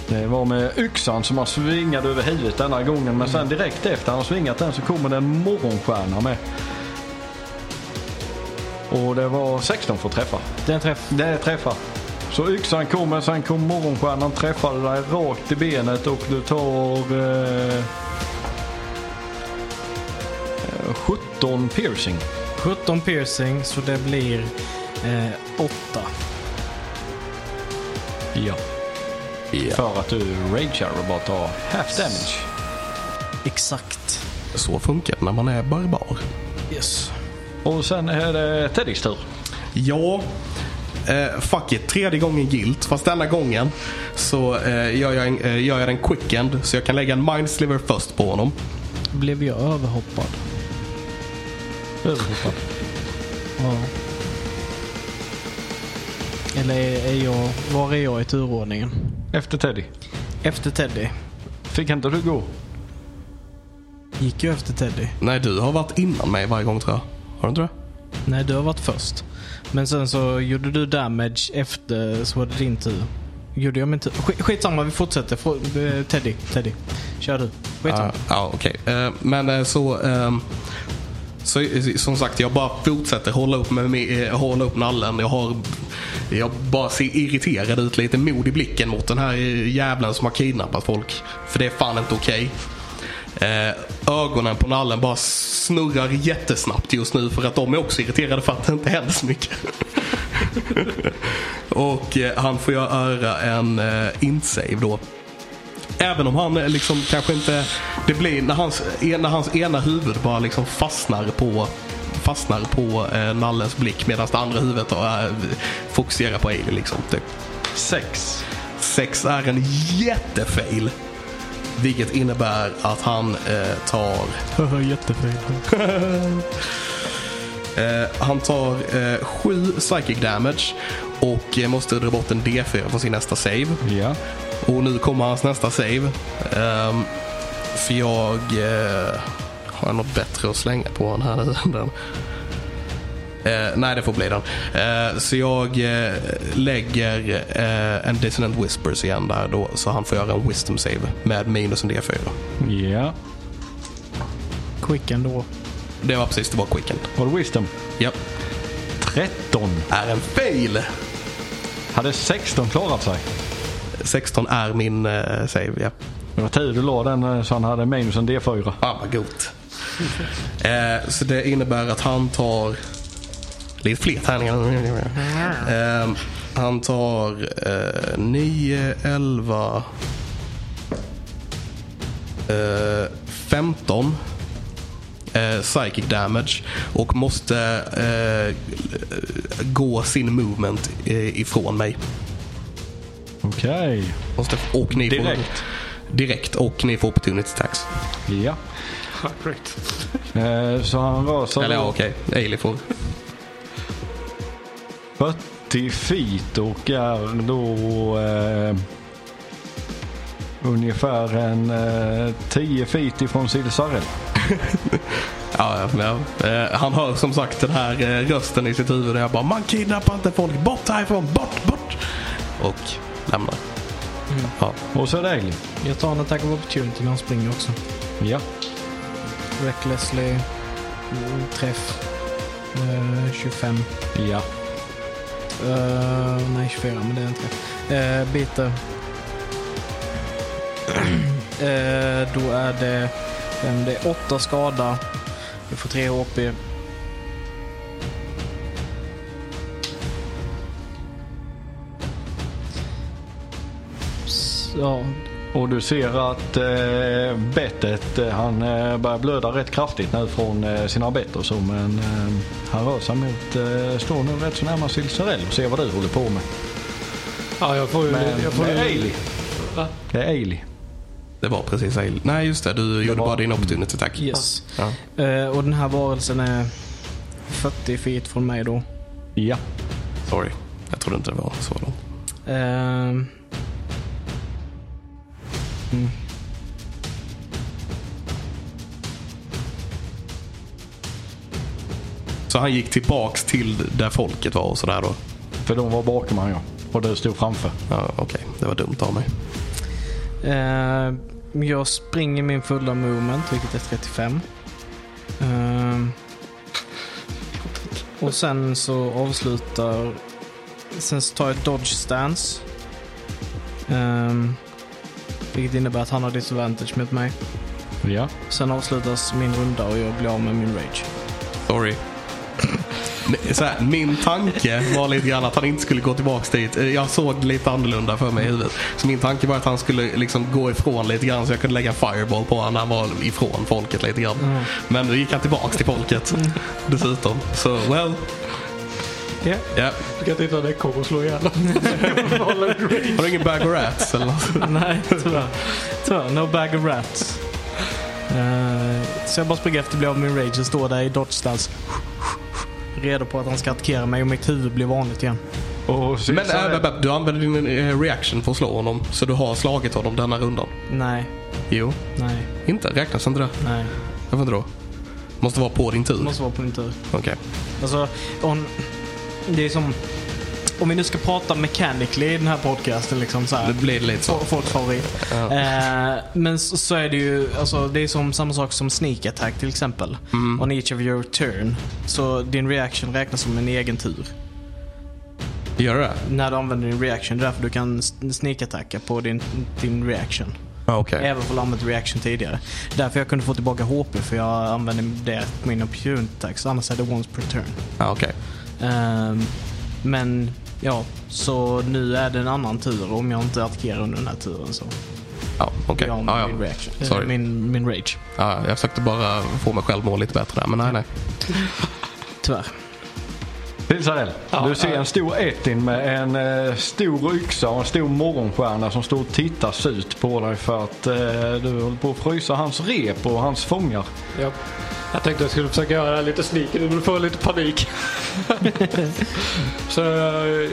E: Det var med yxan som han svingade över huvudet denna gången. Men sen direkt efter han har svingat den så kommer det en morgonstjärna med. Och det var 16 för att träffa.
B: Den träff.
E: Det träffar. Så yxan kommer, sen kommer morgonstjärnan träffade dig rakt i benet och du tar... Eh, eh, 17 piercing.
B: 17 piercing, så det blir eh, 8.
E: Ja. För att du ragear och bara tar half damage.
B: Exakt.
A: Så funkar det när man är barbar.
B: Yes.
E: Och sen är det Teddys tur.
A: Ja, eh, fuck it. Tredje gången gilt. Fast denna gången så eh, gör, jag en, eh, gör jag en quick end så jag kan lägga en mindsliver först på honom.
B: Blev jag överhoppad?
E: Överhoppad.
B: Ja. Eller är är jag, var är jag i turordningen?
E: Efter Teddy.
B: Efter Teddy.
E: Fick inte du gå?
B: Gick jag efter Teddy?
A: Nej, du har varit innan mig varje gång tror jag. Har du inte det?
B: Nej, du har varit först. Men sen så gjorde du damage efter så var det din tur. Gjorde jag min tur? Sk- Skitsamma, vi fortsätter. Frå- eh, Teddy, Teddy. Kör du. Skitsamma.
A: Ja, ja okej. Eh, men eh, så, ehm, så... eh, Som sagt, jag bara fortsätter hålla upp, med, med, eh, hålla upp nallen. Jag har... Jag bara ser irriterad ut, lite mod i blicken mot den här eh, jävlen som har kidnappat folk. För det är fan inte okej. Eh, ögonen på nallen bara snurrar jättesnabbt just nu för att de är också irriterade för att det inte händer så mycket. Och eh, han får göra en eh, insave då. Även om han eh, liksom kanske inte... Det blir när hans, eh, när hans ena huvud bara liksom fastnar på fastnar på eh, nallens blick medan det andra huvudet eh, fokuserar på Ailey. Liksom, typ.
E: Sex.
A: Sex är en jättefail. Vilket innebär att han eh, tar...
B: Jättefint.
A: Eh, han tar eh, sju psychic damage och eh, måste dra bort en D4 från sin nästa save.
E: Ja.
A: Och nu kommer hans nästa save. Ehm, för jag... eh, har jag något bättre att slänga på honom här nu än den? Eh, nej, det får bli den. Eh, så jag eh, lägger eh, en dissonant whispers igen där då. Så han får göra en wisdom save med minus en D4.
E: Ja.
B: Quick ändå.
A: Det var precis, det var quicken.
E: Var det wisdom?
A: Japp.
E: 13.
A: Är en fail!
E: Hade 16 klarat sig?
A: 16 är min eh, save, ja.
E: Det var tur du la den eh, så han hade minus en D4.
A: Fan vad gott. eh, så det innebär att han tar lite fler tärningar. eh, han tar eh, 9, 11, eh, 15 eh, psychic damage och måste eh, gå sin movement eh, ifrån mig.
E: Okej.
A: Måste, och ni
E: Direkt.
A: Får, direkt och ni får opportunity tax.
E: Ja. Eh, Så han rör sig
A: Eller ja, okej. Ailey får.
E: 40 feet och är då eh, ungefär en eh, 10 feet ifrån Silsarell.
A: Ja, ja, ja. Eh, han hör som sagt den här eh, rösten i sitt huvud. Och jag bara, man kidnappar inte folk. Bort härifrån, bort, bort. Och lämnar. Ja.
E: Och så är det Ailey.
B: Jag tar en attack of opportunity när han springer också.
E: Ja.
B: Recklessly. Mm, Träff. Eh, 25.
E: Ja.
B: Eh, nej, 24, men det är en träff. Uh, biter. Eh, då är det, um, det är 8 skada. Jag får 3 HP. S- Ja,
E: Och du ser att eh, bettet, eh, han eh, börjar blöda rätt kraftigt nu från eh, sina bett och så. Men eh, han rör sig mot, eh, står nu rätt så nära Silsarell och ser vad du håller på med.
D: Ja, jag får ju...
E: Men
D: jag får
E: det är
D: ju
E: Ailey.
D: Va?
E: Det är Ailey.
A: Det var precis Ailey. Nej, just det. Du gjorde
E: var-
A: bara din opportunity tack.
B: yes.
A: Ja.
B: Eh, och den här varelsen är 40 feet från mig då.
E: Ja.
A: Sorry. Jag trodde inte det var så långt.
B: Ehm. Mm.
A: Så han gick tillbaks till där folket var och sådär då.
E: För de var bakom han ja. Och du stod framför.
A: Ja, Okej, det var dumt av mig.
B: Eh, jag springer min fulla movement, vilket är 35. Ehm, och sen så avslutar... Sen så tar jag ett dodge stance. Ehm, vilket innebär att han har disadvantage mot mig.
E: Ja.
B: Sen avslutas min runda och jag blir av med min rage.
A: Sorry. Men, Så här, min tanke var lite grann att han inte skulle gå tillbaks dit. Eh, Jag såg det lite annorlunda för mig i huvudet. Så min tanke var att han skulle liksom gå ifrån lite grann så jag kunde lägga en fireball på honom när han var ifrån folket lite grann. Men då gick han tillbaks till folket dessutom. Så well.
D: Ja.
A: Ja.
D: Du kan titta när det kommer och slå ihjäl honom.
A: Har du ingen bag of rats eller något?
B: Nej, tyvärr. Tyvärr, no bag of rats. Eh, så jag bara springer efter, blir av med min rage och står där i dodge stance. Redo på att han ska attackera mig och mitt huvud blir vanligt igen.
E: Och så
A: Men
E: så här-
A: äh, Beb, du använder din eh, reaction för att slå honom. Så du har slagit honom denna rundan.
B: Nej,
A: Jo,
B: nej,
A: inte. Räknas inte det?
B: nej.
A: Varför inte då? Måste vara på din tur.
B: Det måste vara på din tur.
A: Okej.
B: Alltså, om, det är som... Om vi nu ska prata mechanically i den här podcasten liksom så här.
A: Det blir lite så.
B: Fo- Folks favorit. Eh, men så, så är det ju, alltså, det är som samma sak som sneak attack till exempel. On each of your turn. Så din reaction räknas som en egen tur.
A: Gör det?
B: När du använder din reaction. Det är därför du kan s- sneak attacka på din, din reaction.
A: Ja, Okej.
B: Även om du använt reaction tidigare. Därför jag kunde få tillbaka HP för jag använde det på min opportunity attacks. Annars är det once per turn.
A: Ja, okej.
B: Ehm, men ja, så nu är det en annan tur om jag inte attackerar under den här turen. Så.
A: Ja, okej.
B: Jag
A: Ja,
B: har min
A: ja.
B: reaction. Eh,
A: Sorry.
B: Min, min rage.
A: Ja, jag försökte bara få mig själv må lite bättre där, men nej, nej.
B: Tyvärr.
E: Pilsarell, du ser en stor Etin med en eh, stor yxa och en stor morgonstjärna som står och tittar surt på dig för att eh, du håller på att frysa hans rep och hans fångar.
D: Ja. Jag tänkte jag skulle försöka göra det här lite sneaky men då får jag lite panik. så jag,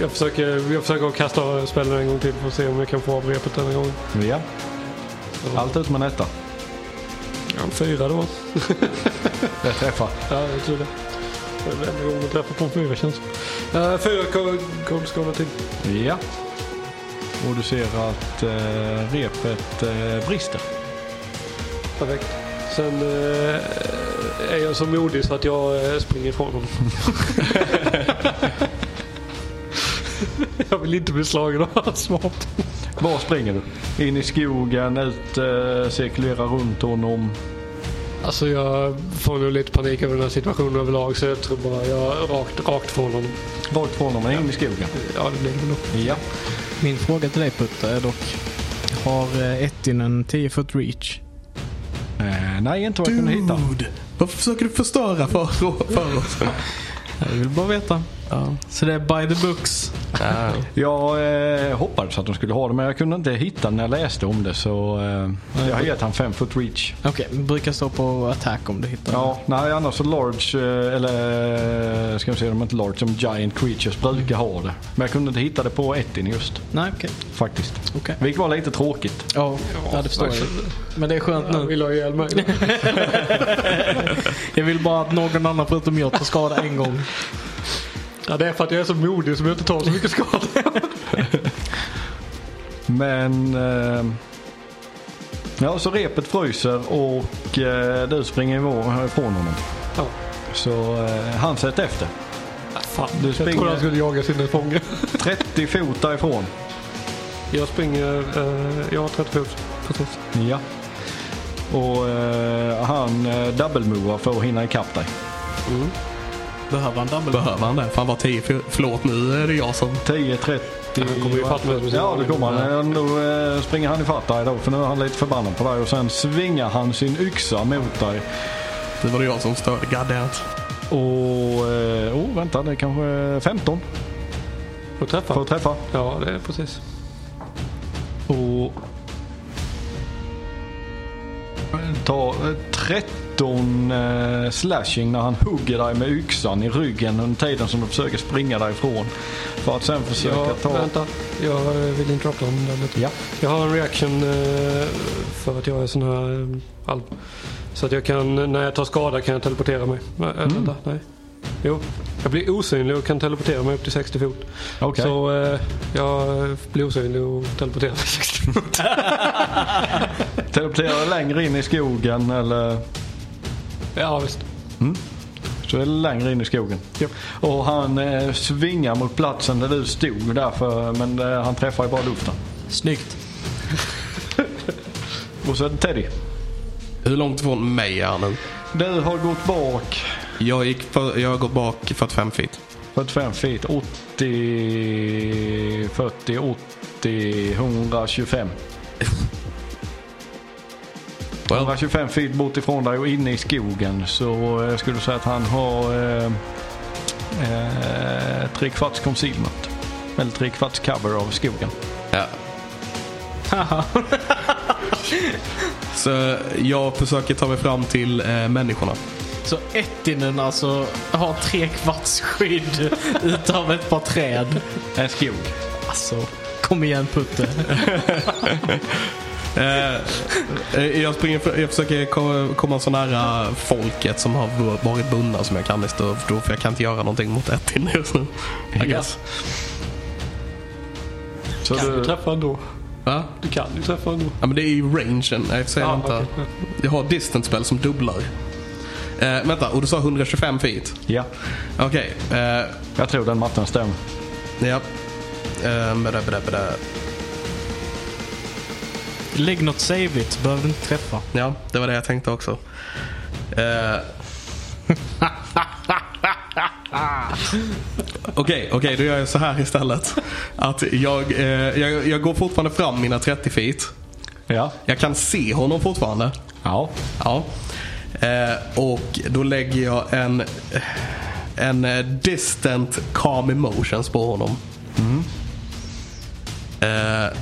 D: jag, försöker, jag försöker kasta av spelen en gång till för att se om jag kan få av repet den här gången.
E: Ja. Allt ut med detta.
D: Ja, en fyra då.
E: Det träffar.
D: Ja, jag tror det. Det är väl enda gången jag träffar på en fyra känns det uh, Fyra cold skador till.
E: Ja. Och du ser att eh, repet eh, brister.
D: Perfekt. Sen eh, är jag så modig så att jag eh, springer ifrån honom. jag vill inte bli slagen av hans vapen.
E: Var springer du? In i skogen, ut, eh, cirkulerar runt honom.
D: Alltså jag får nog lite panik över den här situationen överlag så jag tror bara jag rakt, rakt från honom.
E: Rakt från honom, in i skogen.
D: Ja det blir det nog.
E: Ja.
B: Min fråga till dig Putte är dock. Har eh, Ettin en 10 foot reach?
E: Eh, nej, inte vad jag kunde hitta.
A: Dude! Varför försöker du förstöra för, för oss?
B: Jag vill bara veta.
A: Ja.
B: Så det är by the books.
A: Ja.
E: Jag eh, hoppades att de skulle ha det men jag kunde inte hitta när jag läste om det så eh, jag har gett han 5 foot reach.
B: Okej, det brukar stå på attack om du hittar
E: Ja, nej annars så large, eh, eller eh, ska vi se om inte large, som giant creatures brukar ha det. Men jag kunde inte hitta det på ettin just
B: Nej, okej.
E: faktiskt.
B: Okej.
E: Vilket var lite tråkigt.
B: Ja, ja, det förstår jag. Men det är skönt
D: Han
B: nu.
D: vill ha ihjäl mig.
B: Jag vill bara att någon annan förutom jag tar skada en gång.
D: ja, det är för att jag är så modig som jag inte tar så mycket skada.
E: Men... Eh, ja, så repet fryser och eh, du springer imo- ifrån honom.
D: Ja. Ah,
E: Så eh, han sätter efter.
D: Fan,
E: Du
D: jag
E: springer.
D: trodde han skulle jaga sina fångar.
E: 30 fot därifrån.
D: Jag springer, eh, jag har 30 fot. Precis.
E: Ja. Och eh, han eh, dubbelmovar för att hinna ikapp dig.
B: Behöver han double?
A: Behöver han det? För han var 10. För, förlåt, nu är det jag som...
E: 10, 30...
D: Han kommer ju ifatt mig med sin
E: Ja, det
D: aning.
E: kommer han. Nu eh, springer han ifatt dig då, för nu är han lite förbannad på dig. Och sen svingar han sin yxa mot dig.
A: Det var det jag som störde. God damn.
E: Och... Eh, oh, vänta, det är kanske 15
D: Får jag träffa?
E: för att träffa.
D: Ja, det är precis.
E: Och... Ta eh, 13 eh, slashing när han hugger dig med yxan i ryggen under tiden som du försöker springa därifrån. För att sen försöka
D: Jag,
E: ta...
D: Vänta, jag eh, vill inte droppa honom där lite.
E: Ja.
D: Jag har en reaction eh, för att jag är sån här eh, alv. Så att jag kan, när jag tar skada kan jag teleportera mig. Nej, eh, vänta, nej. Jo, jag blir osynlig och kan teleportera mig upp till 60 fot.
E: Okej.
D: Så eh, jag blir osynlig och teleporterar mig 60 fot.
E: Teleportera dig längre in i skogen eller...
D: Ja, visst.
E: Så det är längre in i skogen. Och han eh, svingar mot platsen där du stod därför, men eh, han träffar ju bara luften.
B: Snyggt.
E: Och så är det Teddy.
A: Hur långt ifrån mig är han nu?
E: Du har gått bak
A: Jag, gick för, jag går bak 45 feet.
E: 45 feet, 80, 40, 80, 125.
A: Well,
E: 125 feet bort ifrån dig och inne i skogen så eh, skulle du säga att han har eh, eh, tre kvarts concealment. Eller tre kvarts cover av skogen.
A: ja. Så jag försöker ta mig fram till eh, människorna.
B: Så ättinen alltså har tre kvarts skydd utav ett par träd.
E: En skog.
B: Alltså, kom igen Putte.
A: Eh, eh, jag, springer för, jag försöker ko- komma så nära folket som har v- varit bundna som jag kan i stöv. Då, för jag kan inte göra någonting mot Ettin just nu. I guess.
D: Så du träffar ändå.
A: Va?
D: Du kan ju träffa ändå.
A: Ja, men det är ju rangen. Nej, jag,
D: Ja,
A: inte.
D: okej.
A: jag har distance spell som dubblar. Eh, vänta, och du sa 125 feet?
E: Ja,
A: Okej. Eh,
E: jag tror den matten stämmer.
A: ja. Eh, bada, bada, bada.
B: Lägg något save it, behöver du inte träffa.
A: Ja, det var det jag tänkte också. Eh. Okej, okej, då gör jag så här istället. Att jag, eh, jag, jag går fortfarande fram mina 30 feet.
E: Ja.
A: Jag kan se honom fortfarande.
E: Ja.
A: Ja. Eh, och då lägger jag en, en eh, distant calm emotions på honom. Eh,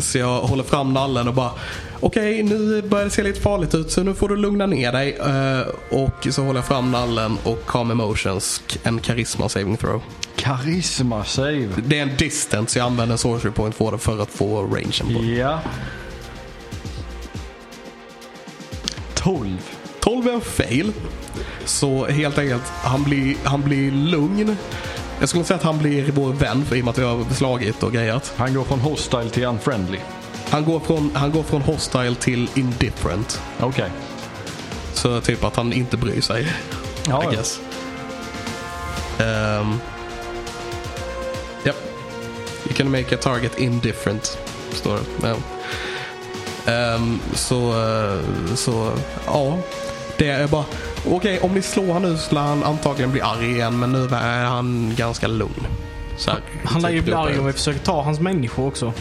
A: så jag håller fram nallen och bara Okej, nu börjar det se lite farligt ut så nu får du lugna ner dig. Eh, och så håller jag fram nallen och calm emotions, k- en karisma saving throw.
E: Karisma save.
A: Det är en distant så jag använder en sorcery point för det för att få rangen på det.
E: Ja. 12.
A: 12 är en fail. Så helt enkelt, han blir, han blir lugn. Jag skulle inte säga att han blir vår vän för i och med att vi har slagit och grejat.
E: Han går från hostile till unfriendly.
A: Han går från, han går från hostile till indifferent.
E: Okej.
A: Så typ att han inte bryr sig.
E: Ja,
A: I
E: ja.
A: guess. Ehm. Japp. You can make a target indifferent. Står det. Ja. Ehm, så, eh, så, ja. Det är bara, okej om ni slår han nu så lär han antagligen bli arg igen men nu är han ganska lugn. Så här,
B: Han lär ju
A: typ
B: bli arg
A: dubbel.
B: om vi försöker ta hans människor också.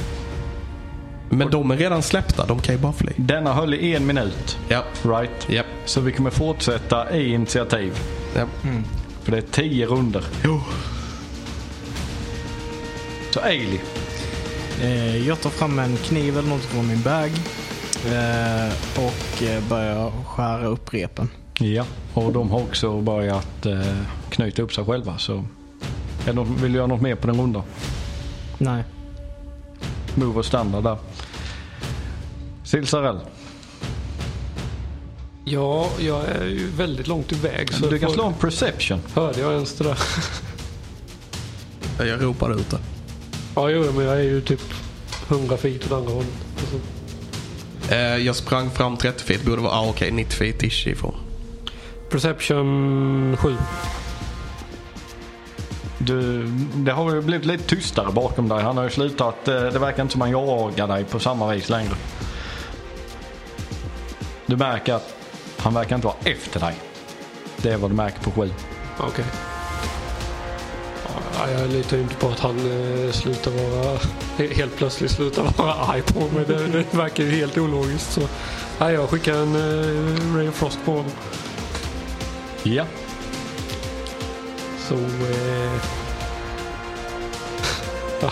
A: Men de är redan släppta, de kan ju bara fly.
E: Denna höll i en minut.
A: Ja,
E: Right.
A: ja,
E: Så vi kommer fortsätta i initiativ.
A: ja.
B: Mm.
E: För det är 10 runder.
A: Jo.
E: Så Ailey.
B: Eh, Jag tar fram en kniv eller något från min bag. eh, Och eh, börjar skära upp repen.
E: Ja. Och de har också börjat eh, knyta upp sig själva. Så. Är det något, vill du göra något mer på den rundan?
B: Nej.
E: Move och standard där. Silsarell.
D: Ja, jag är ju väldigt långt iväg. Så
E: Du kan
D: får-
E: slå en perception.
D: Hörde jag ens det där?
A: Jag ropar ut det.
D: Ja, jo, men jag är ju typ 100 feet åt andra hållet. Alltså,
A: Eh, jag sprang fram 30 feet, borde vara, ah, okej, 90 feet ish ifrån.
D: Perception 7.
E: Du, det har ju blivit lite tystare bakom dig. Han har ju slutat. eh, Det verkar inte som han jagar dig på samma vis längre. Du märker att han verkar inte vara efter dig. Det är vad du märker på sju.
D: Okej. Ja, jag litar ju inte på att han eh, slutar vara... he- Helt plötsligt slutar vara arg på mig. Det, det verkar ju helt ologiskt. Så. Ja, jag skickar en eh, Ray of Frost på honom.
E: Ja.
D: Så... Eh, ja,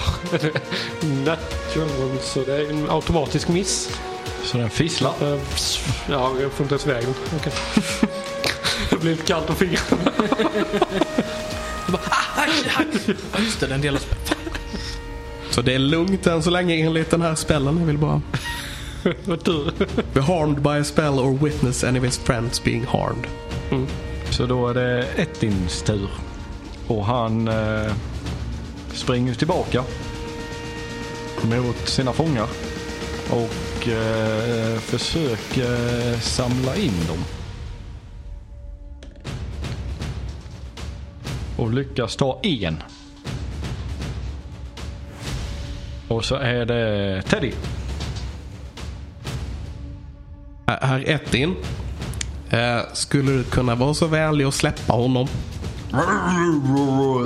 D: natural one, så det är en automatisk miss.
E: Så den fisslar.
D: Eh, Ja, jag får inte ens iväg den. Okej. det blir lite kallt på fingrarna.
B: Just det, den delen.
A: Så det är lugnt än så länge enligt den här spellen. Jag vill bara...
D: Vad tur.
A: Be harmed by a spell or witness any of his friends being harmed.
E: Så då är det Ettins tur. Och han eh, springer tillbaka mot sina fångar. Och eh, försöker eh, samla in dem. Och lyckas ta en. Och så är det Teddy.
A: Här- Här ett in. Eh, skulle du kunna vara så vänlig och släppa honom?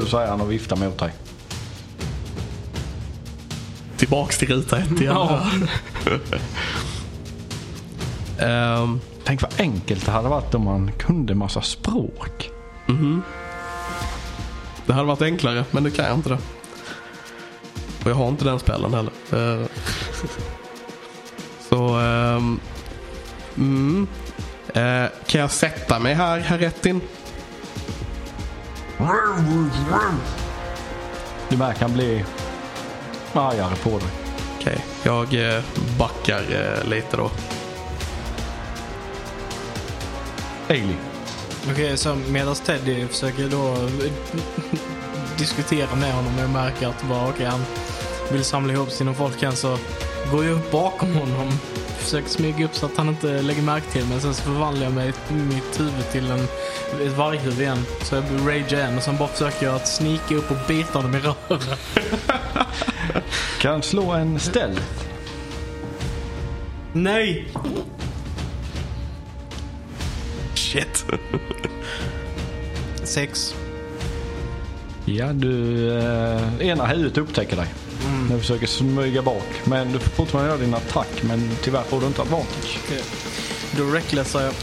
E: Säger han och viftar mot dig.
A: Tillbaks till ruta ett igen. Ehm,
E: Tänk vad enkelt det hade varit om man kunde massa språk.
A: det hade varit enklare, men nu kan jag inte det. Och jag har inte den spellen heller. Eh, så... ehm, mm. Eh, kan jag sätta mig här, herr Rettin?
E: Du märker han blir argare på dig.
A: Okej, jag eh, backar eh, lite då.
E: Ailey.
B: Okej, så medan Teddy försöker då eh, diskutera med honom och jag märker att bara, okej, han vill samla ihop sina folk igen så går jag upp bakom honom. Försöker smyga upp så att han inte lägger märke till men sen så förvandlar jag mig, mitt huvud till en, ett varghuvud igen. Så jag blir rage igen och sen bara försöker jag att snika upp och bita honom i röven.
E: Kan slå en ställ.
B: Nej!
A: Shit.
B: Sex.
E: Ja, du... Eh, ena huvudet upptäcker dig. Du försöker smyga bak. Men du får fortfarande göra din attack. Men tyvärr får du inte advantage.
B: Okej. Då recklessar jag.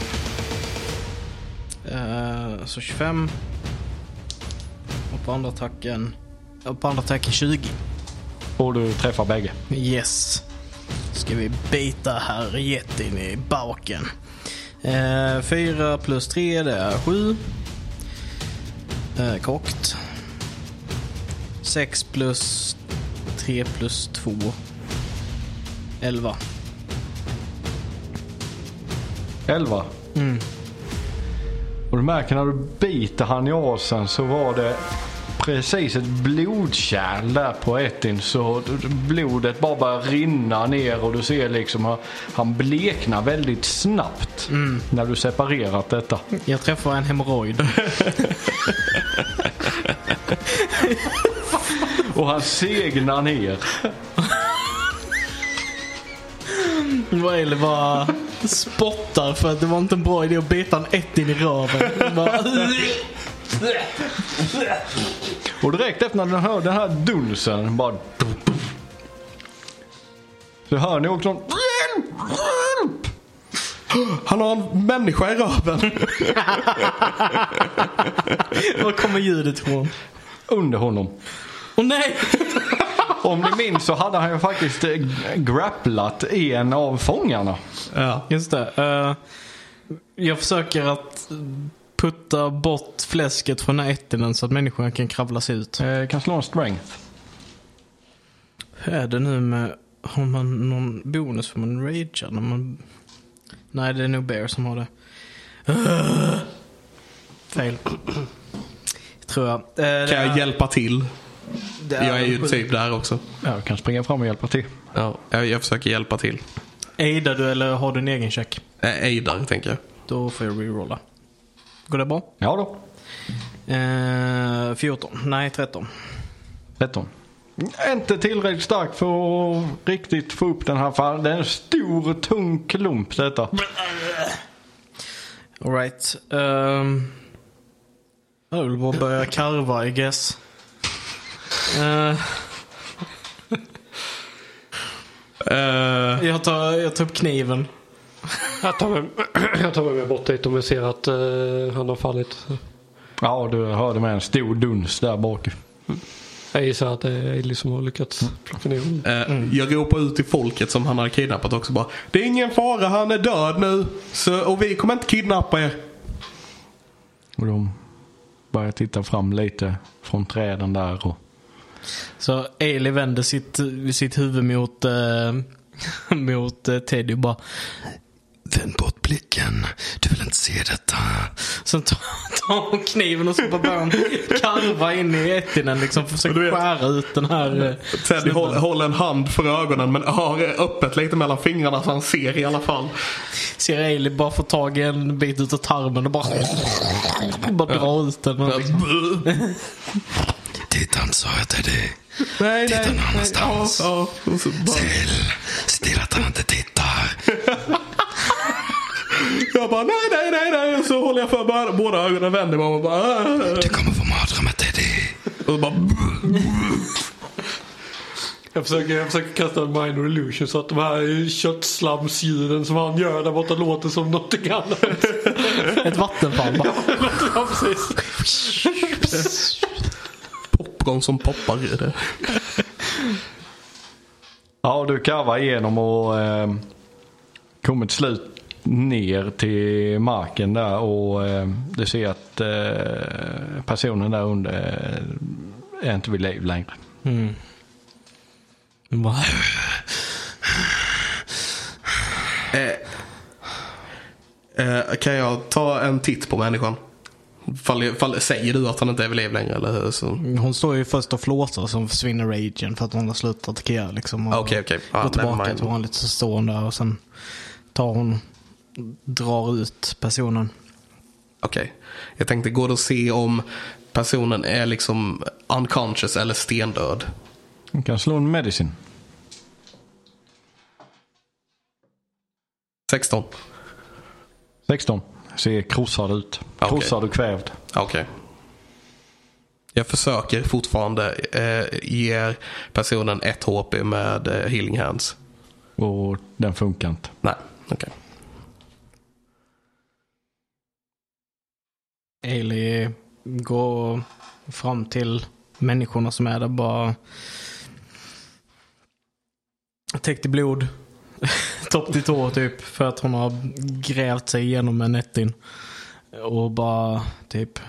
B: Eh, så 25. Och på andra attacken. Och på andra attacken 20.
E: Och du träffar bägge.
B: Yes. Ska vi bita här jätten i baken. Eh, 4 plus 3 det är 7. Eh, kokt. 6 plus 3 plus 2. 11.
E: 11. Och du märker när du biter han i asen så var det precis ett blodkärl där på Etin. Så blodet bara börjar rinna ner och du ser liksom hur han bleknar väldigt snabbt när du separerat detta.
B: Jag träffar en hemorrojd.
E: Och han segnar ner.
B: Wael bara spottar för att det var inte en bra idé att beta en ett in i röven. Bara,
E: Och direkt efter när du hör den här dunsen bara... Så hör ni också...
A: Han har en människa i röven.
B: var kommer ljudet ifrån?
E: Under honom.
B: Åh nej!
E: Om ni minns så hade han ju faktiskt eh, grapplat en av fångarna.
A: Ja.
B: Just det. eh, jag försöker att putta bort fläsket från den här ättinen så att människan kan kravla sig ut.
E: Eh, Kan slå en strength.
B: Hur är det nu med... Har man någon bonus för man ragear när man... Nej, det är nog Bear som har det. Eh, Ugh. Fail. Tror jag. Eh, det
A: Kan jag
B: är-
A: hjälpa till?
B: det
A: Jag är
B: en
A: ju
B: sju.
A: typ där också.
E: Ja, du kan springa fram och hjälpa till.
A: Ja, jag, jag försöker hjälpa till.
B: Aidar du eller har du en egen check?
A: Eh, Eidar, tänker jag.
B: Då får jag rerolla. Går det bra?
E: Ja då.
B: Eh, 14. Nej, 13.
E: 13. Inte tillräckligt stark för att riktigt få upp den här. För det är en stor tung klump detta.
B: Alright. Um, jag vill bara börja karva I guess. Eh,
A: Eh,
B: jag, tar, jag tar upp kniven.
D: Jag tar mig, jag tar mig bort dit om jag ser att eh, han har fallit.
E: Ja, du hörde med en stor duns där bak.
D: Jag gissar att det är Ailey som har lyckats plocka ner honom.
A: eh, Jag ropar ut till folket som han har kidnappat också bara. Det är ingen fara, han är död nu. Så, och vi kommer inte kidnappa er.
E: Och de börjar titta fram lite från träden där. Och...
B: Så Eli vänder sitt, sitt huvud mot, eh, mot eh, Teddy och bara Vänd bort blicken. Du vill inte se detta. Sen tar, tar hon kniven och så bara börjar hon karva in i ättinen liksom.
A: Och du
B: Försöker
A: vet-
B: skära ut den här. eh,
A: Teddy
B: snubben.
A: håller håll en hand för ögonen men har öppet lite mellan fingrarna så han ser i alla fall.
B: Ser Ailey bara få tag i en bit utav tarmen och bara, bara dra ut den. Och liksom.
F: Titta inte sa jag till dig.
A: Nej,
F: Titta någon annanstans.
A: Ja, ja. Och så bara,
F: Till. Se till att han inte tittar.
A: jag bara nej, nej, nej, nej. Och så håller jag för bara, båda ögonen vänder mig om och bara. "Äh."
F: Du kommer få mardrömmar Teddy.
A: Och bara
D: Jag försöker, jag försöker kasta en minor illusion så att de här köttslamsljuden som han gör där borta låter som någonting annat.
B: Ett vattenfall bara.
D: ja, precis.
A: popcorn som poppar i det.
E: Ja, du karvar igenom och eh, ehm, kommer till slut ner till marken där och eh, du ser att eh, personen där under eh, är inte vid liv längre.
B: Va?
A: Eh, kan jag ta en titt på människan? Fall, fall, säger du att han inte är vid liv längre eller hur? Så-
B: Hon står ju först och flåsar som försvinner ragen för att hon har slutat attackera. Liksom, och
A: Okej, okej. Ja,
B: Går
A: never
B: tillbaka
A: mind.
B: till vanligt så står hon där och sen tar hon, drar ut personen.
A: Okej. Jag tänkte, går det att se om personen är liksom unconscious eller stendöd?
E: Du kan slå en medicin.
A: 16.
E: 16. Ser krossad ut.
A: Okej.
E: Krossad och kvävd.
A: Okej. Jag försöker fortfarande eh, ge personen ett HP med eh, healing hands.
E: Och den funkar inte.
A: Nej, okej.
B: Ailey går fram till människorna som är där bara. Täckt i blod. Topp till tå typ. För att hon har grävt sig igenom en nättin. Och bara typ.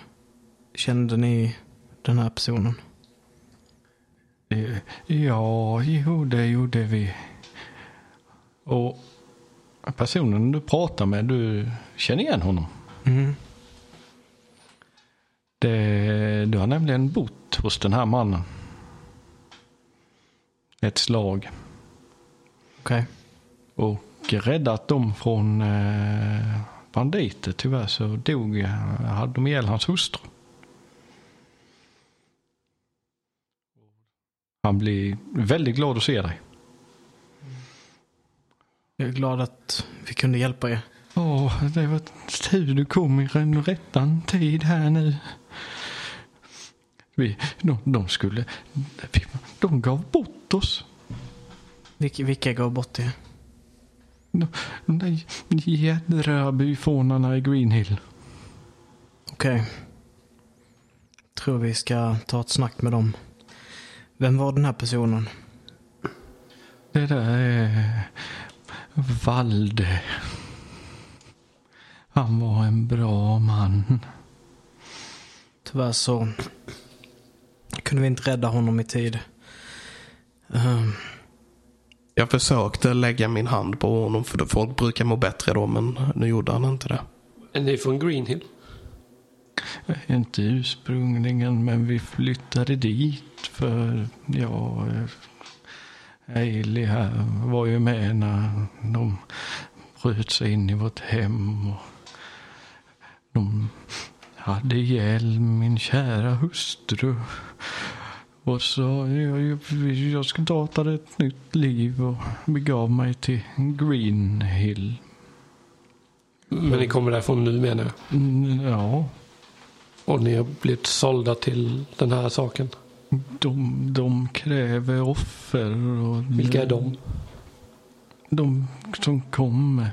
B: Kände ni den här personen?
E: Eh, Ja, jo det gjorde vi. Och personen du pratar med, du känner igen honom. Det, du har nämligen bott hos den här mannen. Ett slag.
B: Okej.
E: Och räddat dem från eh, banditer. Tyvärr så dog, eh, hade de ihjäl hans hustru. Han blir väldigt glad att se dig.
B: Jag är glad att vi kunde hjälpa er.
E: Åh, det var tur du kom i den rätta tid här nu. Vi, de, de skulle... Vi, de gav bort oss.
B: Vilka, vilka gav bort er?
E: De, de där jädra byfånarna i Green Hill.
B: Okej. Tror vi ska ta ett snack med dem. Vem var den här personen?
E: Det där är... Valde. Han var en bra man.
B: Tyvärr så kunde vi inte rädda honom i tid. Ehm,
A: Jag försökte lägga min hand på honom för folk brukar må bättre då men nu gjorde han inte det.
D: Är ni från Greenhill?
E: Inte ursprungligen, men vi flyttade dit för, ja, eh, Ailey här var ju med när de bröt sig in i vårt hem. Och de hade ihjäl min kära hustru. Och så, jag, jag, jag startade ett nytt liv och begav mig till Green Hill.
D: Men ni kommer därifrån nu menar jag.
E: Mm, Ja,
D: Och ni har blivit sålda till den här saken.
E: de, de kräver offer. Och
D: Vilka är de?
E: De som kommer.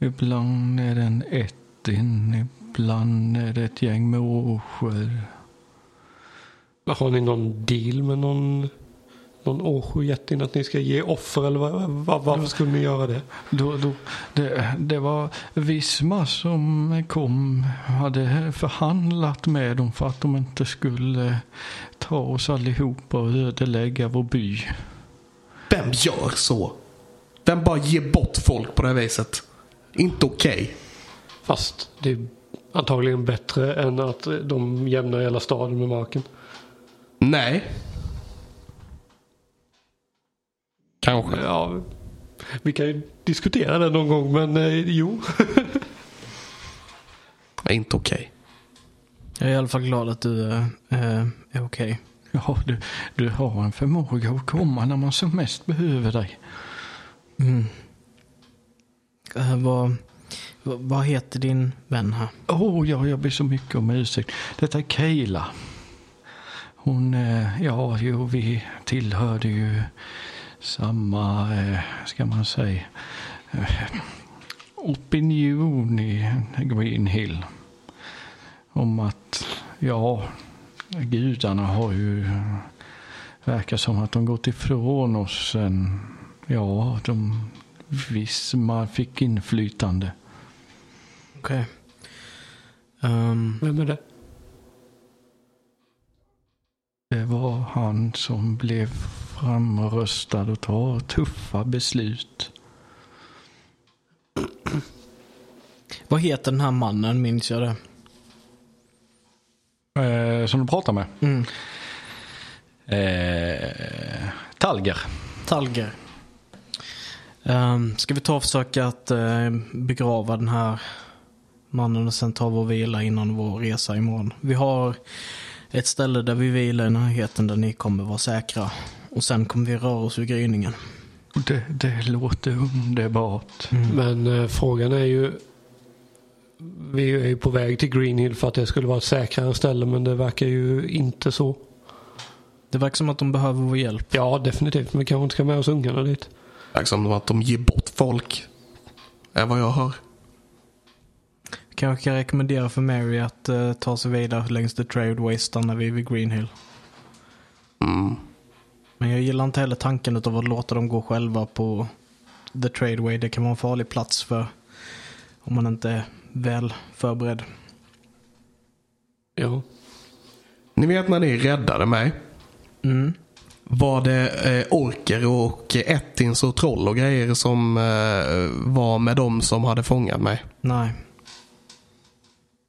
E: Ibland är det en ettin, ibland är det ett gäng med åsjor.
D: Har ni någon deal med någon, någon åsjöjättin att ni ska ge offer eller vad, vad, varför skulle ni göra det?
E: Då, då, det, det var Visma som kom, hade förhandlat med dem för att de inte skulle ta oss allihopa och ödelägga vår by.
A: Vem gör så? Vem bara ger bort folk på det här viset? Inte okej.
D: Fast det är antagligen bättre än att de jämnar hela staden med marken.
A: Nej. Kanske.
D: Ja, vi kan ju diskutera det någon gång men eh, jo.
A: Inte okej.
B: jag är i alla fall glad att du eh, eh, är okej.
E: Ja, du, du har en förmåga att komma när man som mest behöver dig.
B: Eh, vad, vad- vad heter din vän här?
E: Åh, oh, ja, jag ber så mycket om ursäkt. Detta är Kayla. Hon, eh, ja, jo, vi tillhörde ju samma, eh, ska man säga, eh, opinion i Green Hill. Om att, ja, gudarna har ju, verkar som att de gått ifrån oss sen, ja, de viss, man fick inflytande.
B: Okej. Ehm,
D: Vem är det?
E: Det var han som blev framröstad och tar tuffa beslut.
B: vad heter den här mannen? Minns jag det?
E: Eh, som du pratar med?
B: Mm.
E: Eh, Talger.
B: Talger. Um, ska vi ta och försöka att eh, begrava den här mannen och sen ta vår vila innan vår resa imorgon. Vi har ett ställe där vi vilar i närheten där ni kommer vara säkra. Och sen kommer vi röra oss ur gryningen.
E: Det, det låter underbart.
D: Men eh, frågan är ju. Vi är ju på väg till Greenhill för att det skulle vara ett säkrare ställe men det verkar ju inte så.
B: Det verkar som att de behöver vår hjälp.
D: Ja definitivt men vi kanske inte ska med oss ungarna dit.
A: Verkar som att de ger bort folk. Är vad jag hör.
B: Kanske kan jag rekommendera för Mary att eh, ta sig vidare längs The Trailway stannar vi vid Greenhill.
A: Mm.
B: Men jag gillar inte heller tanken av att låta dem gå själva på The Tradeway. Det kan vara en farlig plats för om man inte är väl förberedd.
D: Ja.
A: Ni vet när ni räddade mig.
B: Mm.
A: Var det eh, orker och ettins och troll och grejer som eh, var med dem som hade fångat mig?
B: Nej,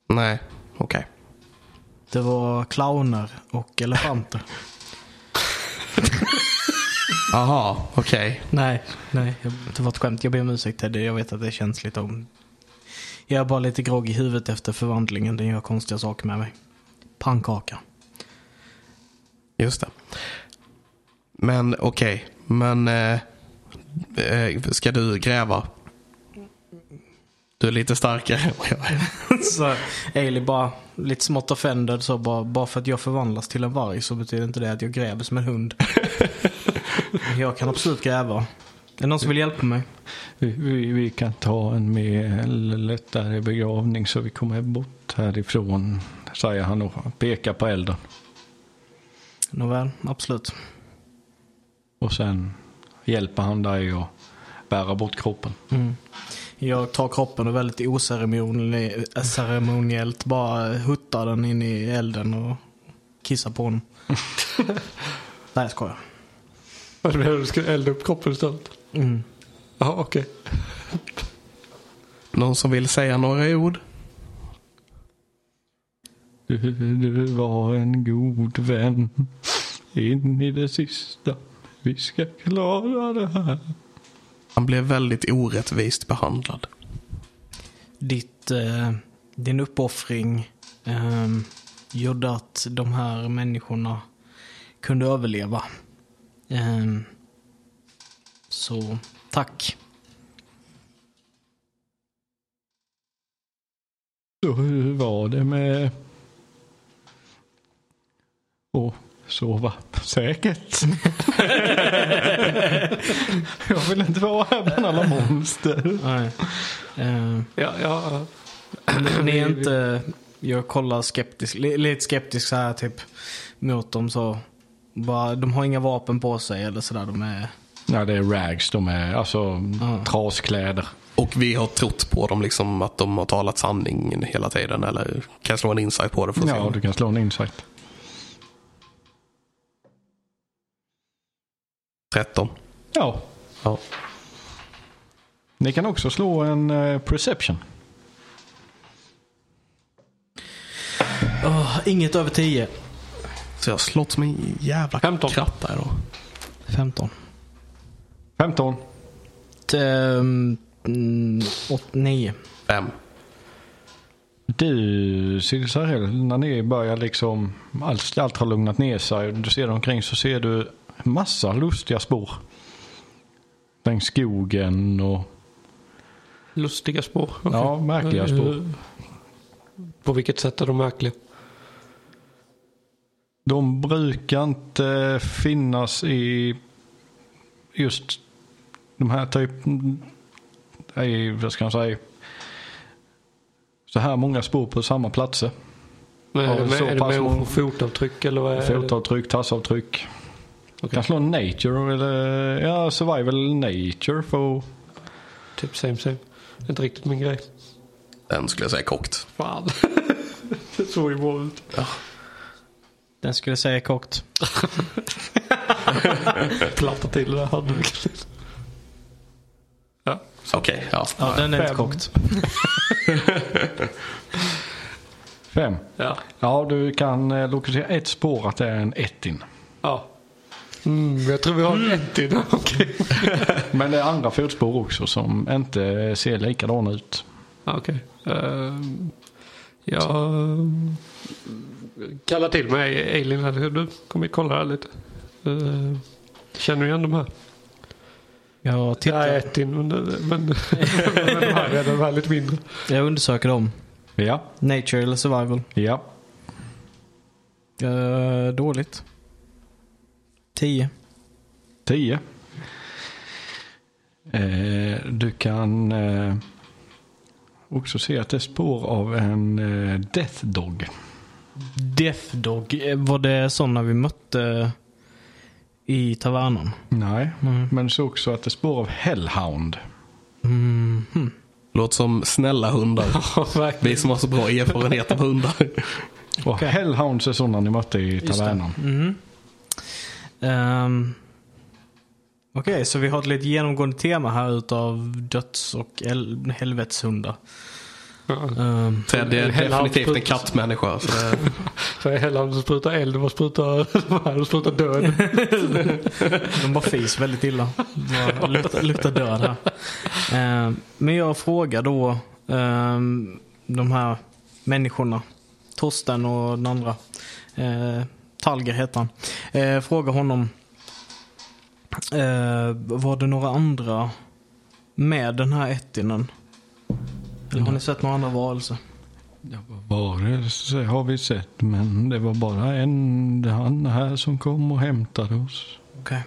A: Nej, okej.
B: det var clowner och elefanter.
A: Aha, okej.
B: nej, nej, jag- det var ett skämt. Jag ber om ursäkt Teddy. Jag vet att det är känsligt om. Jag är bara lite grogg i huvudet efter förvandlingen. Den gör konstiga saker med mig. Pannkaka.
A: Just det. Men okej, men eh, eh, ska du gräva? Du är lite starkare än vad jag är.
B: Så Ailey bara lite smått offended så bara, bara för att jag förvandlas till en varg så betyder inte det att jag gräver som en hund. jag kan absolut gräva. Är det någon som vill hjälpa mig?
E: Vi, vi, vi kan ta en mer l- lättare begravning så vi kommer bort härifrån. Säger han och pekar på elden.
B: Nåväl, absolut.
E: Och sen hjälper han dig att bära bort kroppen.
B: Jag tar kroppen och väldigt oceremoniellt ceremoniellt bara huttar den in i elden och kissar på honom. Nej, jag skojar.
D: Vad är det du ska elda upp kroppen istället?
B: Mm.
D: Ja okej.
A: Någon som vill säga några ord?
E: Du, du var en god vän. In i det sista. Vi ska klara det här.
A: Han blev väldigt orättvist behandlad.
B: ditt, eh, din uppoffring eh, gjorde att de här människorna kunde överleva. Eh, så tack.
E: Så hur var det med att sova säkert? Jag vill inte vara här bland alla monster.
B: Nej. Eh,
D: Ja, ja,
B: ni är inte, jag kollar skeptisk, li- lite skeptisk så här typ mot dem så. Bara, de har inga vapen på sig eller sådär. De är,
E: Nej, det är rags. De är alltså traskläder.
A: Och vi har trott på dem, liksom att de har talat sanning hela tiden. Eller kan jag slå en insight på det för att se?
E: Ja, du kan slå en insight.
A: 13.
E: Ja.
A: Ja.
E: Ni kan också slå en eh, perception.
B: Åh, inget över 10.
A: Så jag har slått som en jävla
D: 15.
A: kratta idag.
B: 15.
E: 15.
B: T- ehm, mm, åt- nio.
A: 5.
E: Du, Silsarell, när ni börjar liksom, allt, allt har lugnat ner sig och du ser omkring så ser du massa lustiga spår. Längs skogen och,
D: Lustiga spår. Eh,
E: ja, märkliga spår.
D: På vilket sätt är de märkliga?
E: De brukar inte finnas i just de här typ, i, vad ska man säga, så här många spår på samma platser.
D: Men
E: Ja,
D: är det med,
E: så
D: är
E: pass
D: det
E: många-
D: med fotavtryck eller vad är
B: Eh,
D: det?
E: Fotavtryck, tassavtryck. Du kan slå nature eller ja, survival nature för att
D: Typ same same. Inte riktigt min grej.
A: Den skulle jag säga kokt.
D: Fan. det såg ju bra ut.
B: Den skulle jag säga kokt.
D: Platta till det där handduken. Ja.
A: Okej, ja.
B: Ja, den är inte
D: Fem.
B: kokt.
E: Fem.
D: Ja.
E: Ja, du kan eh, lokalisera ett spår att det är en ettin.
D: ja. Mm, jag tror vi har ett i den. Okej.
E: Men det är andra fotspår också som inte ser likadana ut.
D: Ja, Okej. Ehm, jag ehm, kallar eh, till mig Eileen här. Du, kom hit och kolla här lite. Ehm, känner du igen de här?
B: Jag, tittar,
D: Nej, ett in, men, men, men de här är de här lite mindre.
B: jag undersöker dem.
E: Ja,
B: Nature eller survival?
E: ja.
B: Eh, dåligt. 10.
E: Tio. Eh, du kan eh, också se att det är spår av en eh, death dog.
B: Death Dog. eh, Var det sådana vi mötte i tavernan?
E: Nej, men så också att det är spår av hellhound.
A: Låter som snälla hundar.
D: Ja,
A: Vi
D: verkligen.
A: som har så bra erfarenhet av hundar.
E: Och hellhounds är sådana ni mötte i tavernan.
B: Ehm, Okej, så vi har ett lite genomgående tema här utav döds och el- helveteshundar.
D: Ja.
B: Ehm,
A: Så det är
D: En hel
A: definitivt en
D: halvputt.
A: kattmänniska. Så det,
D: Så är hellre de sprutar eld och sprutar, de här, de sprutar död.
B: de bara fis väldigt illa. Det bara Luktar, luktar död här. Ehm, men jag frågar då ehm, de här människorna. Torsten och den andra. Uh, Talger heter han. Eh, frågar honom. eh, var det några andra med den här ettinen? Eller har ni sett några andra varelser?
E: Varelse har vi sett, men det var bara en han här som kom och hämtade oss.
B: Okej.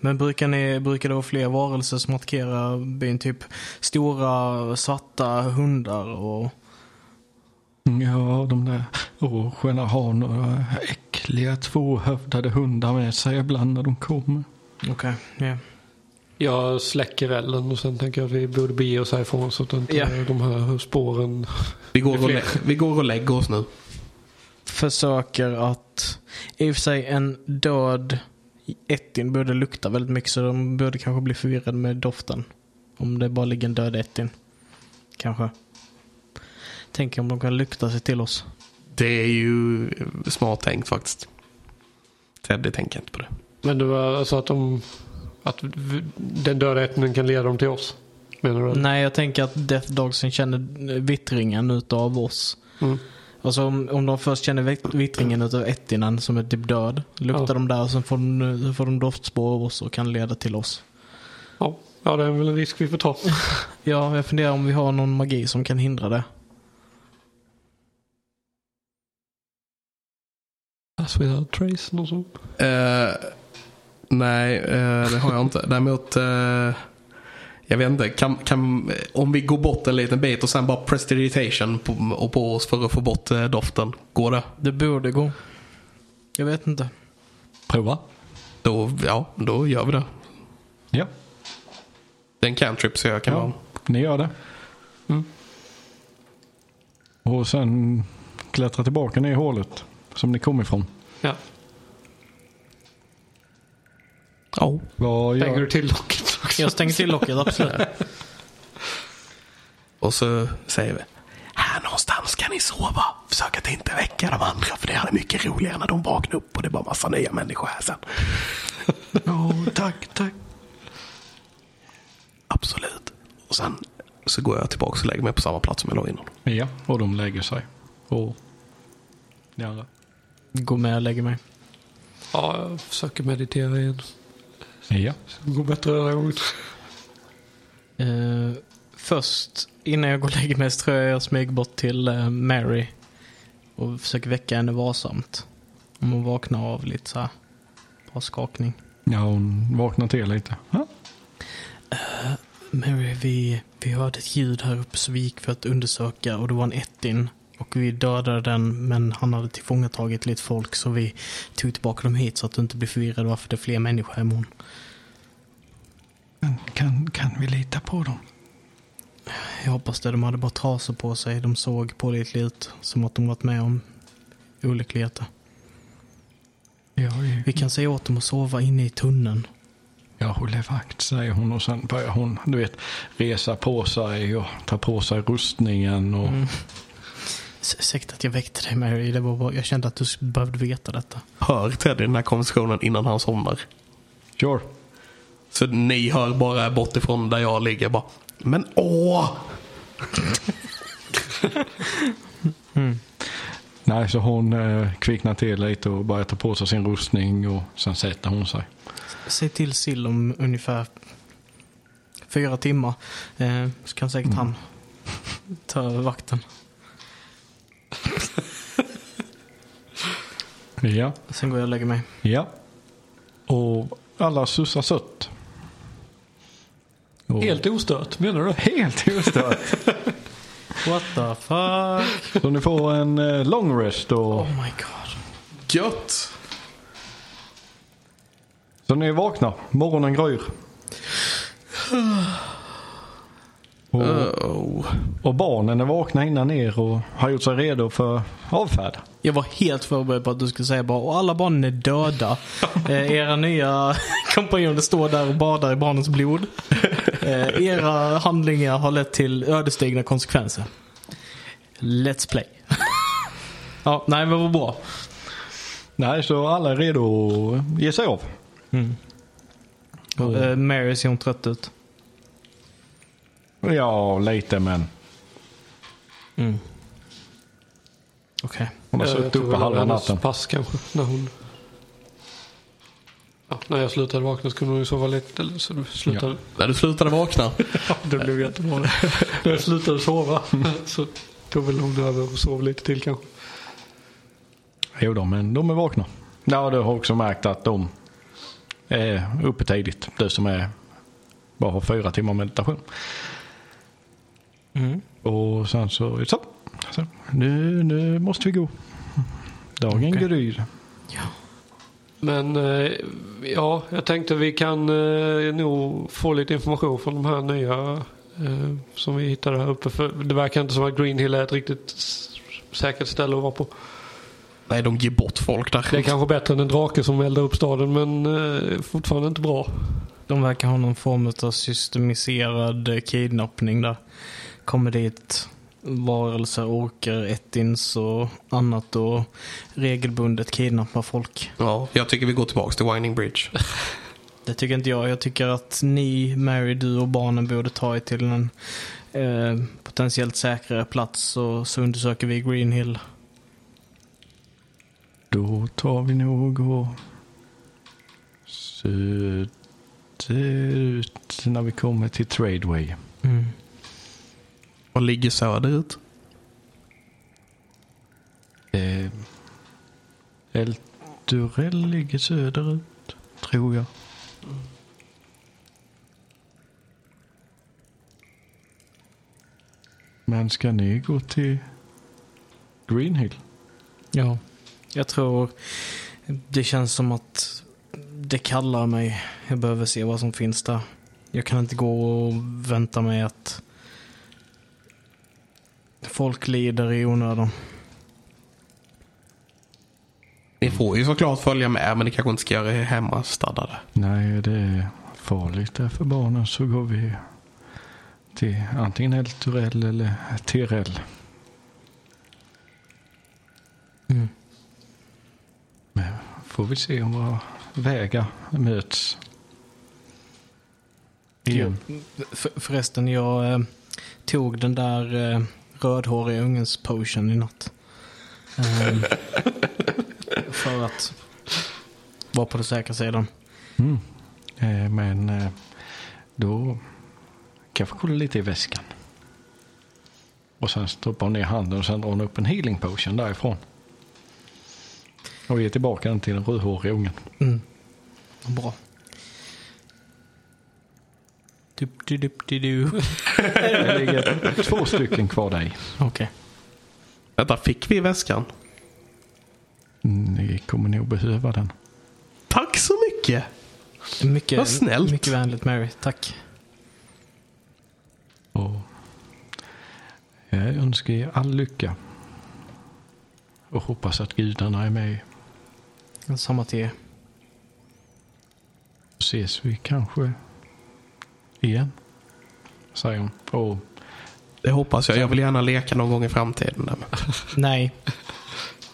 B: Men brukar, ni, brukar det vara fler varelser som attackerar byn? Typ stora svarta hundar och...
E: Ja, de där åsjorna har några äckliga tvåhövdade hundar med sig ibland när de kommer.
B: Okej, ja.
D: Jag släcker elden och sen tänker jag att vi borde bege oss härifrån så att inte
B: Ja.
D: de här spåren...
A: vi, går och lä- vi går och lägger oss nu.
B: Försöker att... I och för sig en död ettin borde lukta väldigt mycket så de borde kanske bli förvirrade med doften. Om det bara ligger en död ettin. Kanske. Tänk om de kan lukta sig till oss.
A: Det är ju smart tänkt faktiskt. Teddy tänker inte på det.
D: Men det var alltså att de... Att v- den döda ätningen kan leda dem till oss? Menar du?
B: Nej, jag tänker att Death Dogsen känner vittringen utav oss.
D: Mm.
B: Alltså om, om de först känner vit- vittringen utav ettinen som är typ död. Luktar
D: Ja.
B: de där och sen får de, så får de doftspår av oss och kan leda till oss.
D: Ja. ja, det är väl en risk vi får ta.
B: Ja, jag funderar om vi har någon magi som kan hindra det.
D: As without trace, något sånt.
A: Eh, nej, eh, det har jag inte. Däremot, eh, jag vet inte. Kan, kan, om vi går bort en liten bit och sen bara prestidigitation på, och på oss för att få bort eh, doften. Går det?
B: Det borde gå. Jag vet inte.
E: Prova.
A: Då, ja, då gör vi det.
E: Ja,
A: Det är en cantrip så jag kan vara...
E: ja ni gör det. Mm. Och sen klättra tillbaka ner i hålet som ni kom ifrån.
D: Ja.
A: Ja.
E: Vad gör
D: Lägger du till locket också?
B: Jag stänger till locket, absolut.
A: Och så säger vi. Här någonstans kan ni sova. Försök att inte väcka de andra för det här är mycket roligare när de vaknar upp och det är bara massa nya människor här sen.
E: Ja, tack, tack.
A: Absolut. Och sen så går jag tillbaka och lägger mig på samma plats som jag låg innan.
E: Ja, och de lägger sig. Och ni andra.
B: Gå med och lägger mig.
D: Ja, jag försöker meditera igen.
E: Ja.
D: Det går bättre den här gången.
B: Eh, först, innan jag går och lägger mig, så tror jag jag smyger bort till eh, Mary. Och försöker väcka henne varsamt. Om hon vaknar av lite så här. Bra skakning.
E: Ja, hon vaknar till lite. Ja.
B: Mary, vi, vi hörde ett ljud här uppe så vi gick för att undersöka och det var en ettin. Och vi dödade den men han hade tillfångatagit lite folk så vi tog tillbaka dem hit så att du inte blir förvirrad varför det är fler människor här imorgon.
E: Kan, kan vi lita på dem?
B: Jag hoppas det. De hade bara trasor på sig. De såg pålitliga ut. Som att de varit med om olyckligheter.
E: Jag, har ju-
B: Vi kan säga åt dem att sova inne i tunneln.
E: jag håller vakt, säger hon. Och sen börjar hon, du vet, resa på sig och ta på sig rustningen. Och,
B: S- Ursäkta att jag väckte dig Mary. Det var bara, jag kände att du s- behövde veta detta.
A: Hör Teddy den här konversationen innan han somnar?
E: Sure.
A: Så ni hör bara bortifrån där jag ligger bara. Men åh!
E: Nej, så hon eh, kvicknar till lite och börjar ta på sig sin rustning och sen sätter hon sig.
B: Säg till Sill om ungefär fyra timmar. Eh, så kan säkert han ta över vakten.
E: Ja.
B: Sen går jag och lägger mig.
E: Ja. Och alla susar sött. Och
D: Helt ostört, menar du?
E: Helt ostört.
B: What the fuck?
E: så ni får en eh, long rest och
B: Oh my god.
A: Gött!
E: Så ni vaknar. Morgonen gryr. Och, och barnen är vakna innan er och har gjort sig redo för avfärd.
B: Jag var helt förberedd på att du skulle säga bara och alla barnen är döda. Eh, era nya kompanjoner står där och badar i barnens blod. Eh, era handlingar har lett till ödesdigra konsekvenser. Let's play. ja, nej men vad bra.
E: Nej, så alla är redo att ge sig av.
B: Eh, Mary ser hon trött ut.
E: Ja, lite men.
B: Okej.
E: Hon
D: Ja,
E: har
D: jag
E: suttit
D: tror
E: uppe
D: väl
E: halva
D: hennes
E: natten.
D: pass kanske, när hon... Ja, när jag slutade vakna skulle hon ju sova lite. Eller så slutade...
A: När du slutade vakna.
D: Ja. det blev jättebra. när jag slutade sova
E: Mm.
D: så tog väl hon över och sov lite till kanske.
E: Jo då, men de är vakna. Ja, du har också märkt att de är uppe tidigt. Du som är bara har fyra timmar meditation.
D: Mm.
E: Och sen så, så, så nu, nu måste vi gå. Dagen
B: Okej.
E: gryr.
D: Men eh, ja, jag tänkte vi kan eh, nog få lite information från de här nya eh, som vi hittade här uppe. För det verkar inte som att Green Hill är ett riktigt s- säkert ställe att vara på.
A: Nej, de ger bort folk där.
D: Det är kanske bättre än en drake som eldar upp staden men eh, fortfarande inte bra.
B: De verkar ha någon form av systemiserad eh, kidnappning där. Kommer dit varelser, orker, ettins och annat och regelbundet kidnappar folk.
A: Ja, jag tycker vi går tillbaks till Winding Bridge.
B: Det tycker inte jag. Jag tycker att ni, Mary, du och barnen borde ta er till en eh, potentiellt säkrare plats och så undersöker vi Green Hill.
E: Då tar vi nog och söderut när vi kommer till Tradeway.
A: Och ligger söderut.
E: Eh, El Durell ligger söderut, tror jag. Men ska ni gå till Greenhill?
B: Ja. Jag tror det känns som att det kallar mig. Jag behöver se vad som finns där. Jag kan inte gå och vänta mig att folk lider i onödan.
A: Ni får ju såklart följa med, men ni kanske inte ska göra er hemmastaddade.
E: Nej, det är farligt där för barnen så går vi till antingen El Durell eller Tirell.
B: Mm.
E: Men får vi se om våra vägar möts. Igen.
B: För, förresten, jag eh, tog den där eh, rödhåriga ungens potion i natt. Ehm, för att vara på den säkra sidan.
E: Mm. Eh, men eh, då kanske kolla lite i väskan. Och sen stoppar hon ner handen och sen drar hon upp en healing potion därifrån. Och ger tillbaka den till den rödhåriga ungen.
B: Mm. Bra. Dup, du, dup, du, du.
E: Det ligger två stycken kvar där i.
B: Okej.
A: Vänta, fick vi i väskan?
E: Ni kommer nog behöva den.
A: Tack så mycket!
B: Mycket,
A: Vad snällt.
B: Mycket vänligt Mary. Tack.
E: Och jag önskar er all lycka. Och hoppas att gudarna är med.
B: Samma till er.
E: Ses vi kanske igen? Säger hon. Och
A: Det hoppas jag. Jag vill gärna leka någon gång i framtiden. Där.
B: Nej.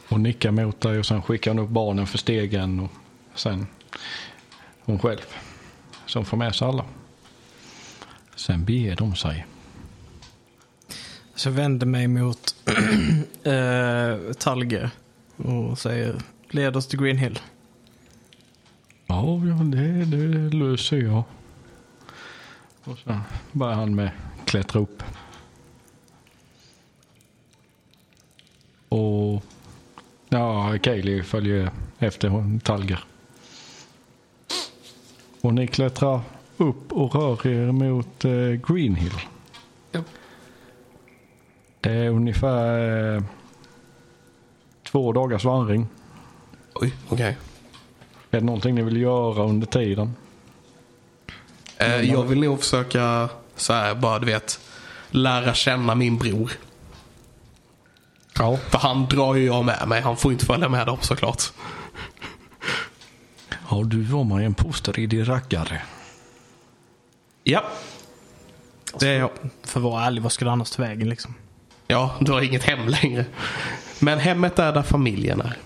E: Hon nickar mot dig och sen skickar hon upp barnen för stegen och sen hon själv. Som får med sig alla. Sen beger de sig.
B: Så jag vänder mig mot eh, Talge och säger led oss till Green Hill.
E: Ja, ja det, det löser jag. Och sen börjar han med klättra upp. Och ja, Kaeli följer efter hon, Talger. Och ni klättrar upp och rör er mot eh, Green Hill.
D: Ja.
E: Det är ungefär eh, två dagars vandring.
A: Oj, okej.
E: Är det någonting ni vill göra under tiden?
A: Eh, jag vill nog försöka så här, bara du vet, lära känna min bror.
E: Ja.
A: För han drar ju jag med mig. Han får inte följa med dem såklart.
E: Ja, du var man ju en påstridig raggare.
A: Ja. Det är jag.
B: Alltså, För att vara ärlig, vad skulle annars ta vägen liksom?
A: Ja, du har inget hem längre. Men hemmet är där familjen är.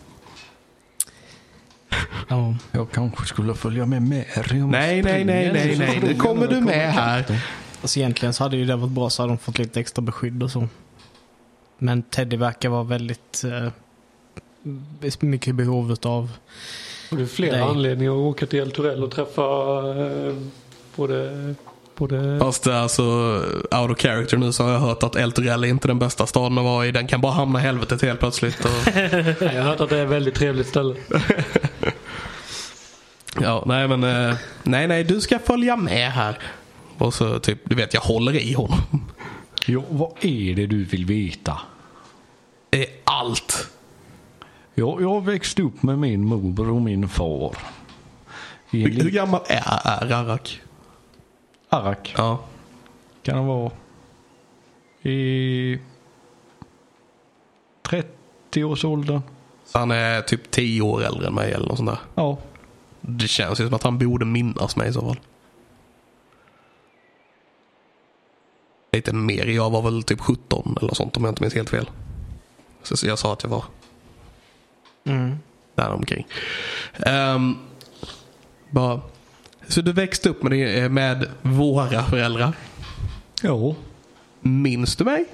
B: Ja.
E: Jag kanske skulle följa med Mary om
A: Nej, nej, nej, nej, nej. Nu kommer du med här.
B: Alltså egentligen så hade ju det varit bra så hade de fått lite extra beskydd och så. Men Teddy verkar vara väldigt eh, mycket behov av
D: Och det är flera
B: Nej.
D: anledningar att åka till El Torell och träffa eh, både... både
A: Fast det är alltså out of character nu så har jag hört att El Torell är inte den bästa staden att vara i. Den kan bara hamna i helvetet helt plötsligt. Och,
D: jag har hört att det är ett väldigt trevligt ställe.
A: ja, nej men. eh, Nej, nej, du ska följa med här. Och så typ, du vet jag håller i honom.
E: Ja, vad är det du vill veta?
A: Det är allt.
E: Ja, jag växte upp med min morbror och min far. I en
A: Hur, hur
E: liten
A: gammal är, är Arak?
E: arrak
A: Ja.
E: kan han vara. I 30-årsåldern.
A: Så han är typ 10 år äldre än mig eller något sånt där.
E: Ja.
A: Det känns ju som att han borde minnas mig i så fall. Lite mer. Jag var väl typ 17 eller något sånt om jag inte minns helt fel. Så så jag sa att jag var däromkring. Um, bara. Så du växte upp med, din- med våra föräldrar.
E: Ja.
A: Minns du mig?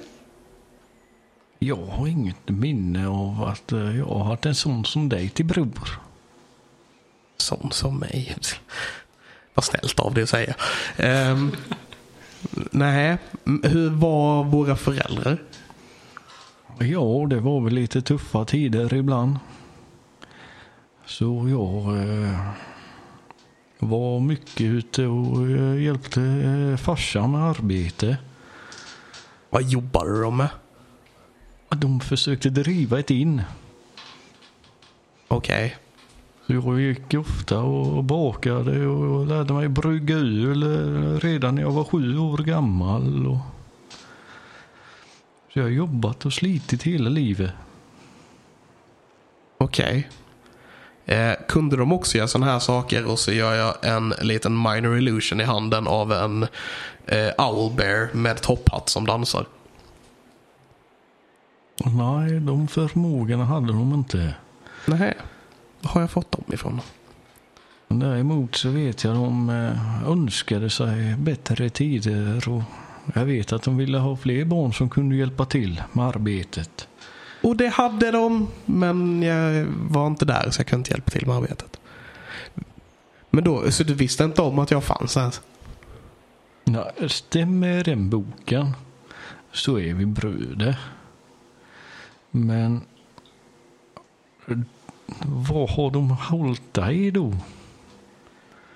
E: Jag har inget minne av att eh, jag har haft en sån som dig till bror.
A: Sån som mig. Vad snällt av dig att säga. Um, nej, M- hur var våra föräldrar?
E: Ja, det var väl lite tuffa tider ibland. Så jag eh, var mycket ute och eh, hjälpte eh, farsan med arbete.
A: Vad jobbade de med?
E: De försökte driva ett in.
A: Okej.
E: Så jag gick ofta och bakade och lärde mig brygga öl eh, redan när jag var sju år gammal. Och... Så jag har jobbat och slitit hela livet.
A: Okej. Eh, kunde de också göra sådana här saker och så gör jag en liten minor illusion i handen av en eh, owlbear med topphatt som dansar.
E: Nej, de förmågorna hade de inte.
A: Nej. Var har jag fått dem ifrån?
E: Men Däremot så vet jag de eh, önskade sig bättre tider och jag vet att de ville ha fler barn som kunde hjälpa till med arbetet.
A: Och det hade de, men jag var inte där så jag kunde inte hjälpa till med arbetet. Men då, så du visste inte om att jag fanns ens?
E: Ja, stämmer den boken så är vi bröder. Men vad har de hållit dig då?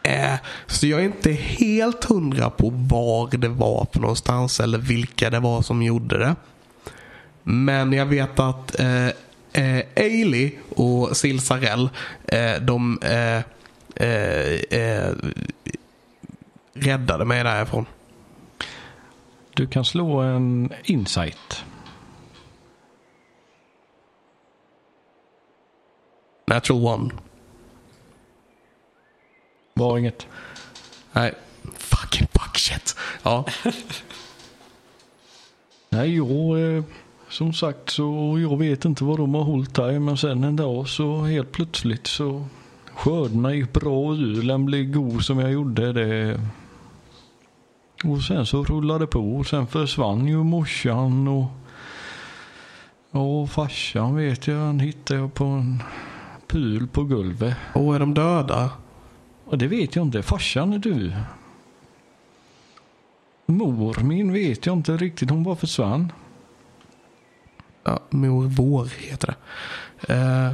A: Eh, så jag är inte helt hundra på var det var på någonstans eller vilka det var som gjorde det. Men jag vet att eh, eh, Ailey och Silsarell, eh, de eh, eh, eh, räddade mig därifrån.
E: Du kan slå en insight.
A: Natural one.
E: Var inget.
A: Nej. Fucking fuck shit. Ja.
E: Nej, jag, eh, som sagt så jag vet inte vad de har hållit där. Men sen en dag så helt plötsligt så skördarna gick bra och julen blev god som jag gjorde. Det. Och sen så rullade det på och sen försvann ju morsan och ja, farsan vet jag, han hittade jag på en pul på golvet.
A: Och är de döda?
E: Och det vet jag inte. Farsan är du. Mor min vet jag inte riktigt. Hon bara försvann.
A: Ja, mor vår heter det. Eh,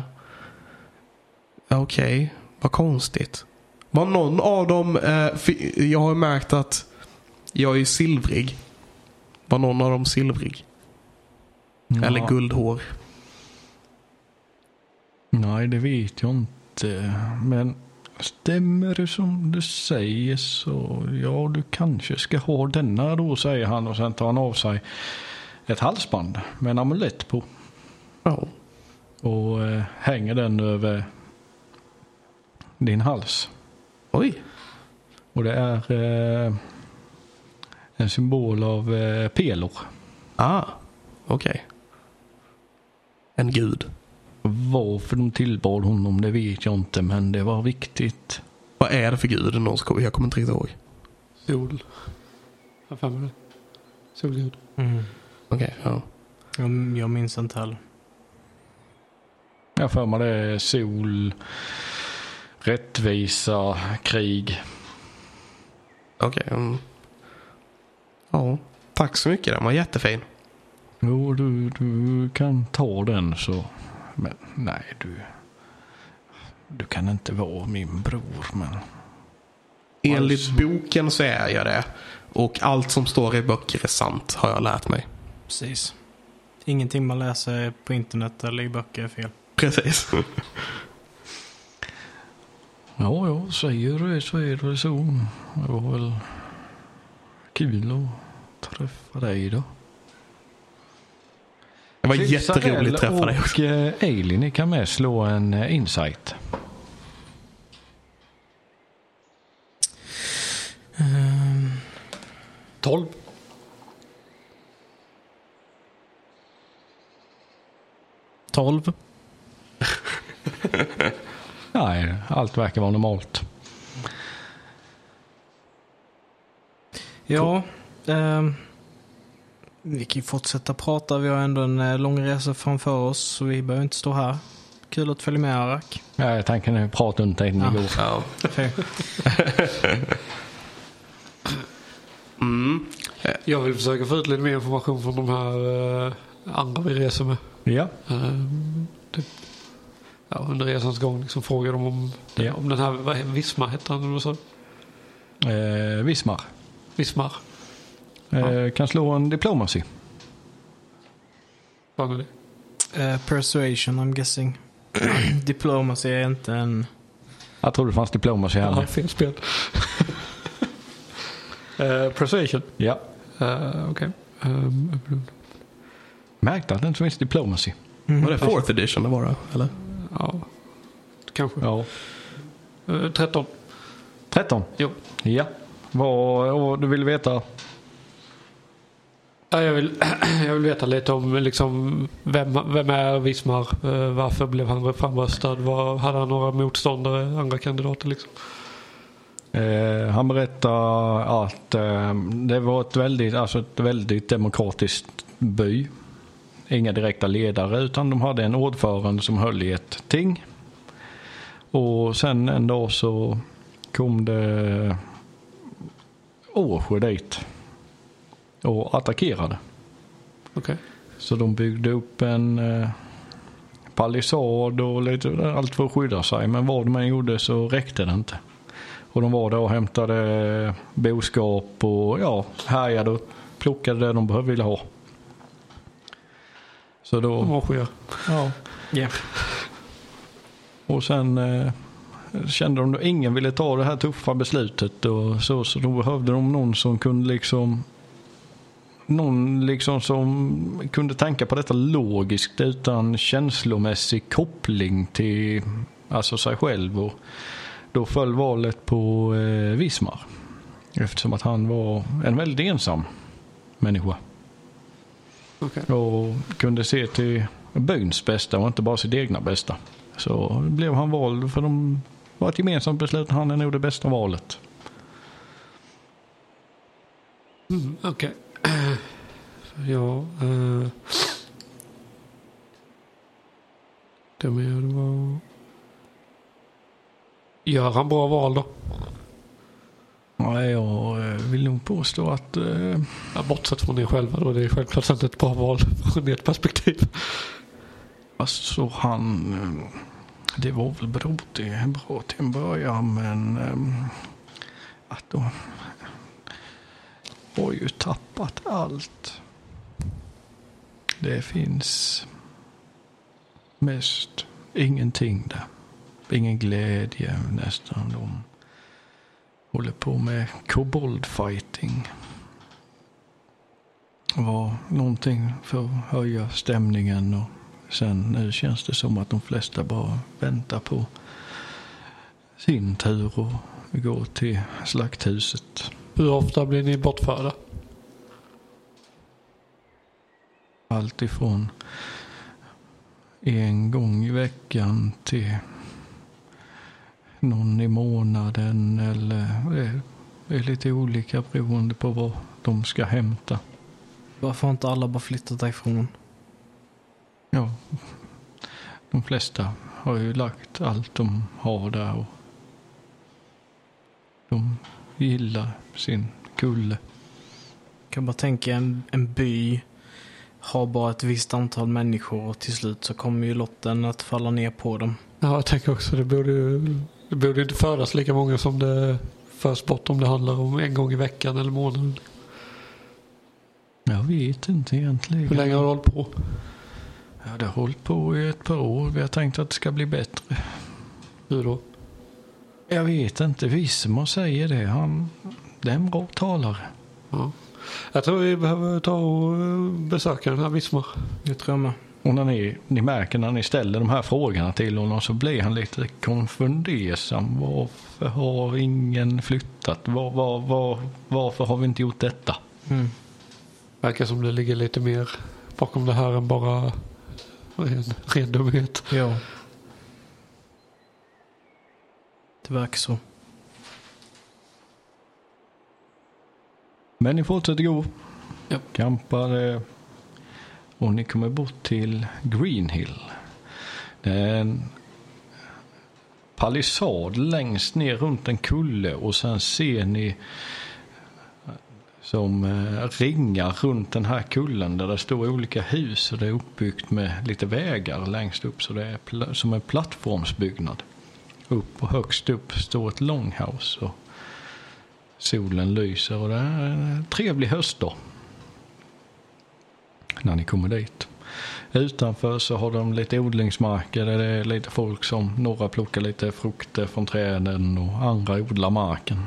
A: ja, Okej, vad konstigt. Var någon av dem, eh, fi- jag har märkt att jag är silvrig. Var någon av dem silvrig? Eller guldhår?
E: Nej, det vet jag inte. Men stämmer det som du säger så ja, du kanske ska ha denna då, säger han. Och sen tar han av sig ett halsband med en amulett på.
A: Ja.
E: Och eh, hänger den över din hals.
A: Oj.
E: Och det är eh, en symbol av eh, pelor.
A: Ah, okej. En gud.
E: Varför de tillbad honom det vet jag inte men det var viktigt.
A: Vad är det för gud? Någon ska- Jag kommer inte riktigt ihåg.
D: Sol. Jag har för mig det. Solgud.
B: Mm.
A: Okej, ja.
B: Jag, jag minns inte heller.
E: Jag har för mig det är sol, rättvisa, krig.
A: Okej. mm. Ja, tack så mycket. Den var jättefin.
E: Jo du, du kan ta den så. Men nej du. Du kan inte vara min bror men.
A: Enligt boken så är jag det. Och allt som står i böcker är sant har jag lärt mig.
B: Precis. Ingenting man läser på internet eller i böcker är fel.
A: Precis.
E: Ja ja, säger du det så är det så. Det var väl kul att träffa dig då.
A: Det var
E: Klipp Sarell
A: jätteroligt att träffa dig också.
E: Och eh, Eileen, ni kan med slå en eh, insight.
B: Ehm,
D: 12.
B: Tolv.
E: Nej, allt verkar vara normalt.
B: Ja. ehm, vi kan ju fortsätta prata. Vi har ändå en eh, lång resa framför oss så vi behöver inte stå här. Kul att följa med Arak.
E: Nej, tanken är att prata runt dig innan ni går.
A: Ja. Mm.
D: Jag vill försöka få ut lite mer information från de här eh, andra vi reser med.
E: Ja.
D: Ehm, typ, ja, under resans gång liksom frågar de om,
E: Ja.
D: om den här, vad he- Visma hette han eller vad sa du?
E: Eh, Vismar,
D: Vismar.
E: eh, kan slå en diplomacy.
D: Vad är det?
B: Eh, persuasion I'm guessing. Diplomacy är inte en...
E: Jag trodde det fanns diplomacy här.
D: Ja,
E: nu.
D: fel spel. Eh, persuasion.
E: Ja.
D: Eh, Okej. Ehm,
E: Märkte att det inte finns diplomacy.
A: Var det fourth edition det var då? Eller?
D: ja, kanske.
E: Ja.
D: Eh, 13.
E: 13.
D: Jo.
E: Ja. Vad, och du vill veta?
D: Ja, jag, vill, jag vill veta lite om liksom, vem, vem är Wismar? Eh, Varför blev han framröstad? Var, hade han några motståndare, andra kandidater? Liksom?
E: Eh, han berättar att eh, det var ett väldigt, alltså ett väldigt demokratiskt by. Inga direkta ledare utan de hade en ordförande som höll i ett ting. Och sen en dag så kom det Åsjö dit och attackerade.
D: Okej.
E: Så de byggde upp en eh, palissad och lite, allt för att skydda sig. Men vad de än gjorde så räckte det inte. Och de var där och hämtade eh, boskap och ja, härjade och plockade det de behövde ville ha. Så då...
D: De avskyr.
E: Ja.
B: Yeah.
E: Och sen eh, kände de att ingen ville ta det här tuffa beslutet och så, så då behövde de någon som kunde liksom någon liksom som kunde tänka på detta logiskt utan känslomässig koppling till alltså sig själv. Och då föll valet på eh, Wismar. Eftersom att han var en väldigt ensam människa.
D: Okej.
E: Och kunde se till byns bästa och inte bara sitt egna bästa. Så blev han vald för de var ett gemensamt beslut. Han är nog det bästa valet.
D: Mm, Okej. Ja. Eh. Det mer det var... Gör han bra val då?
E: Nej, jag eh, vill nog påstå att eh,
D: Ja, bortsett från er själva då. Det är självklart inte ett bra val från ert perspektiv.
E: Alltså han... eh, Det var väl bra till, bra till en början men... eh, Att de... Har ju tappat allt. Det finns... Mest ingenting där. Ingen glädje nästan. De håller på med koboldfighting. Var någonting för att höja stämningen och Sen nu känns det som att de flesta bara väntar på sin tur och går till slakthuset.
D: Hur ofta blir ni bortförda?
E: Allt ifrån en gång i veckan till någon i månaden eller det är lite olika beroende på vad de ska hämta.
B: Varför har inte alla bara flyttat därifrån?
E: Ja, de flesta har ju lagt allt de har där och de gillar sin kulle.
B: Jag kan bara tänka en, en by har bara ett visst antal människor och till slut så kommer ju lotten att falla ner på dem.
D: Ja, jag tänker också det borde ju det borde ju inte födas lika många som det förs bort om det handlar om en gång i veckan eller månaden.
E: Jag vet inte egentligen.
D: Hur länge har du hållit på?
E: Ja, det har hållit på i ett par år. Vi har tänkt att det ska bli bättre.
D: Hur då?
E: Jag vet inte. Visma säger det. Han, det är en bra talare.
D: Ja. Jag tror vi behöver ta och eh, besöka den här Vismar.
B: Jag tror jag med.
E: Och när ni, ni märker när ni ställer de här frågorna till honom så blir han lite konfundersam. Varför har ingen flyttat? Var, var, var, varför har vi inte gjort detta?
B: Mm.
D: Verkar som det ligger lite mer bakom det här än bara ren, ren dumhet.
B: Ja. Det verkar så.
E: Men ni fortsätter gå.
D: Ja.
E: Kampar. eh, Och ni kommer bort till Greenhill. Det är en palissad längst ner runt en kulle och sen ser ni eh, som eh, ringar runt den här kullen där det står olika hus och det är uppbyggt med lite vägar längst upp så det är pl- som en plattformsbyggnad. Upp och högst upp står ett longhouse och Solen lyser och det är en trevlig höstdag. När ni kommer dit. Utanför så har de lite odlingsmarker där det är lite folk som, några plockar lite frukter från träden och andra odlar marken.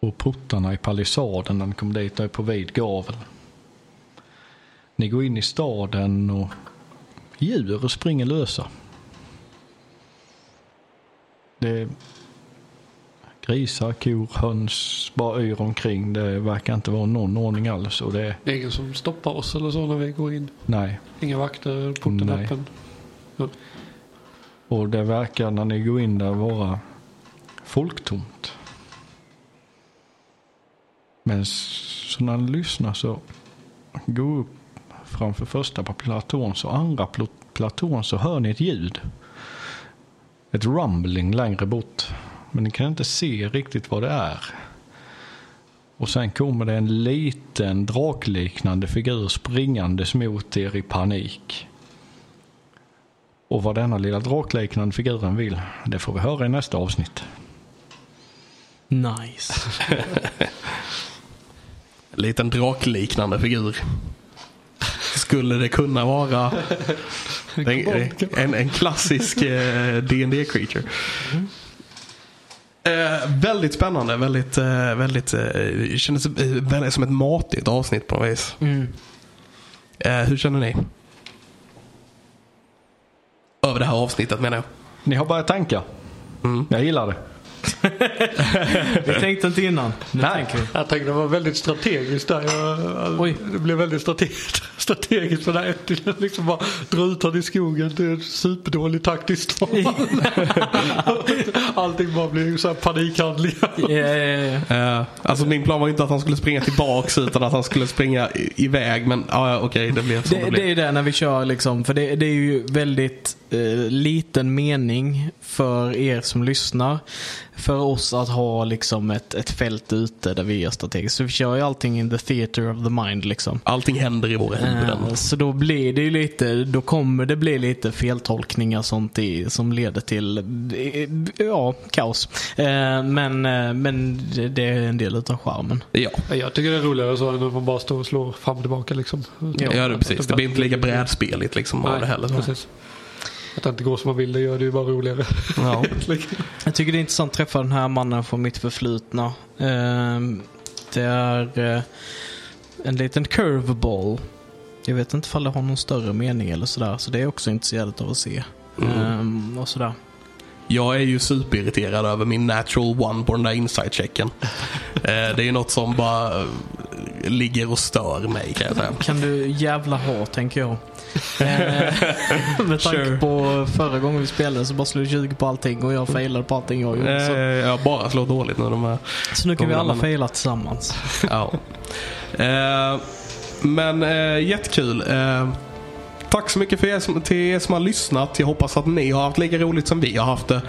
E: Och portarna i palissaden när ni kommer dit är på vid gavel. Ni går in i staden och djur springer lösa. Det är grisar, kor, höns bara yr omkring. Det verkar inte vara någon ordning alls. Och det är,
D: Det är ingen som stoppar oss eller så när vi går in.
E: nej.
D: Inga vakter, porten
E: Nej.
D: öppen.
E: Och det verkar när ni går in där vara folktomt. Men s- så när ni lyssnar så går upp framför första på platån så andra pl- platån så hör ni ett ljud. Ett rumbling längre bort. Men ni kan inte se riktigt vad det är. Och sen kommer det en liten drakliknande figur springandes mot er i panik. Och vad denna lilla drakliknande figuren vill, det får vi höra i nästa avsnitt.
B: Nice.
A: Liten drakliknande figur. Skulle det kunna vara eh, en, en, en klassisk dd creature Eh, väldigt spännande. Väldigt, eh, väldigt, eh, det kändes eh, väldigt som ett matigt avsnitt på något vis.
B: Mm.
A: Eh, hur känner ni? Över det här avsnittet menar jag.
E: Ni har bara tankar. Jag gillar det.
B: Vi tänkte inte innan. Nu
E: Nej.
B: tänker vi.
D: Jag tänkte det var väldigt strategiskt där. Jag,
B: Oj.
D: Det blev väldigt strategiskt. strategiskt för där Ettingen liksom bara dra ut honom i skogen. Det är superdåligt taktiskt. Allting bara blir så här panikhandlingar.
B: Ja, ja, ja.
A: Eh, alltså min plan var ju inte att han skulle springa tillbaks utan att han skulle springa i- iväg. Men ja, ja, okej, det blev som det,
B: Det, det är
A: blev.
B: ju det när vi kör liksom. För det, det är ju väldigt eh, liten mening för er som lyssnar. För oss att ha liksom ett, ett fält ute där vi gör strategiskt. Så vi kör ju allting in the theater of the mind liksom.
A: Allting händer i våra huvuden.
B: Eh, Så då blir det ju lite, då kommer det bli lite feltolkningar och sånt i, som leder till, eh, ja, kaos. Eh, Men, eh, men det- det är en del utav charmen.
A: Ja,
D: Jag tycker det är roligare så än att man bara står och slår fram och tillbaka liksom.
A: ja, det, är precis. Det blir inte lika brädspeligt liksom av
D: Nej,
A: det heller.
D: Precis. Att det inte går som man vill det gör det ju bara roligare.
A: Ja.
B: Jag tycker det är intressant att träffa den här mannen från mitt förflutna. Ehm, Det är eh, en liten curveball. Jag vet inte ifall det har någon större mening eller sådär. Så det är jag också intresserad av att se. Ehm, Och sådär.
A: Jag är ju superirriterad över min natural one på den där insight-checken. Eh, det är ju något som bara eh, ligger och stör mig kan jag säga.
B: Kan du jävla ha tänker jag. Ehm, Med tanke
A: Sure.
B: på förra gången vi spelade så bara slog 20 på allting och jag failade på allting jag gjorde.
A: Eh,
B: Så,
A: jag bara slår dåligt när de är...
B: så nu kan vi
A: kommer
B: alla
A: den-
B: faila tillsammans.
A: Ja. Eh, men eh, jättekul. Eh, tack så mycket för er som, till er som har lyssnat. Jag hoppas att ni har haft lika roligt som vi har haft det.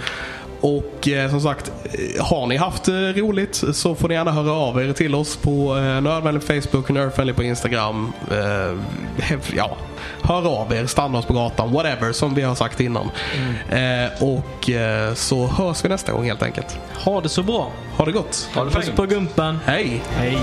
A: Och eh, som sagt, eh, har ni haft eh, roligt så får ni gärna höra av er till oss på eh, Nördvänlig på Facebook, Nördvänlig på Instagram. Eh, hev- ja, hör av er, stanna oss på gatan, whatever som vi har sagt innan. Eh, och eh, så hörs vi nästa gång helt enkelt.
B: Ha det så bra.
A: Ha det gott!
B: Puss på gumpen.
A: Hej!
B: Hej.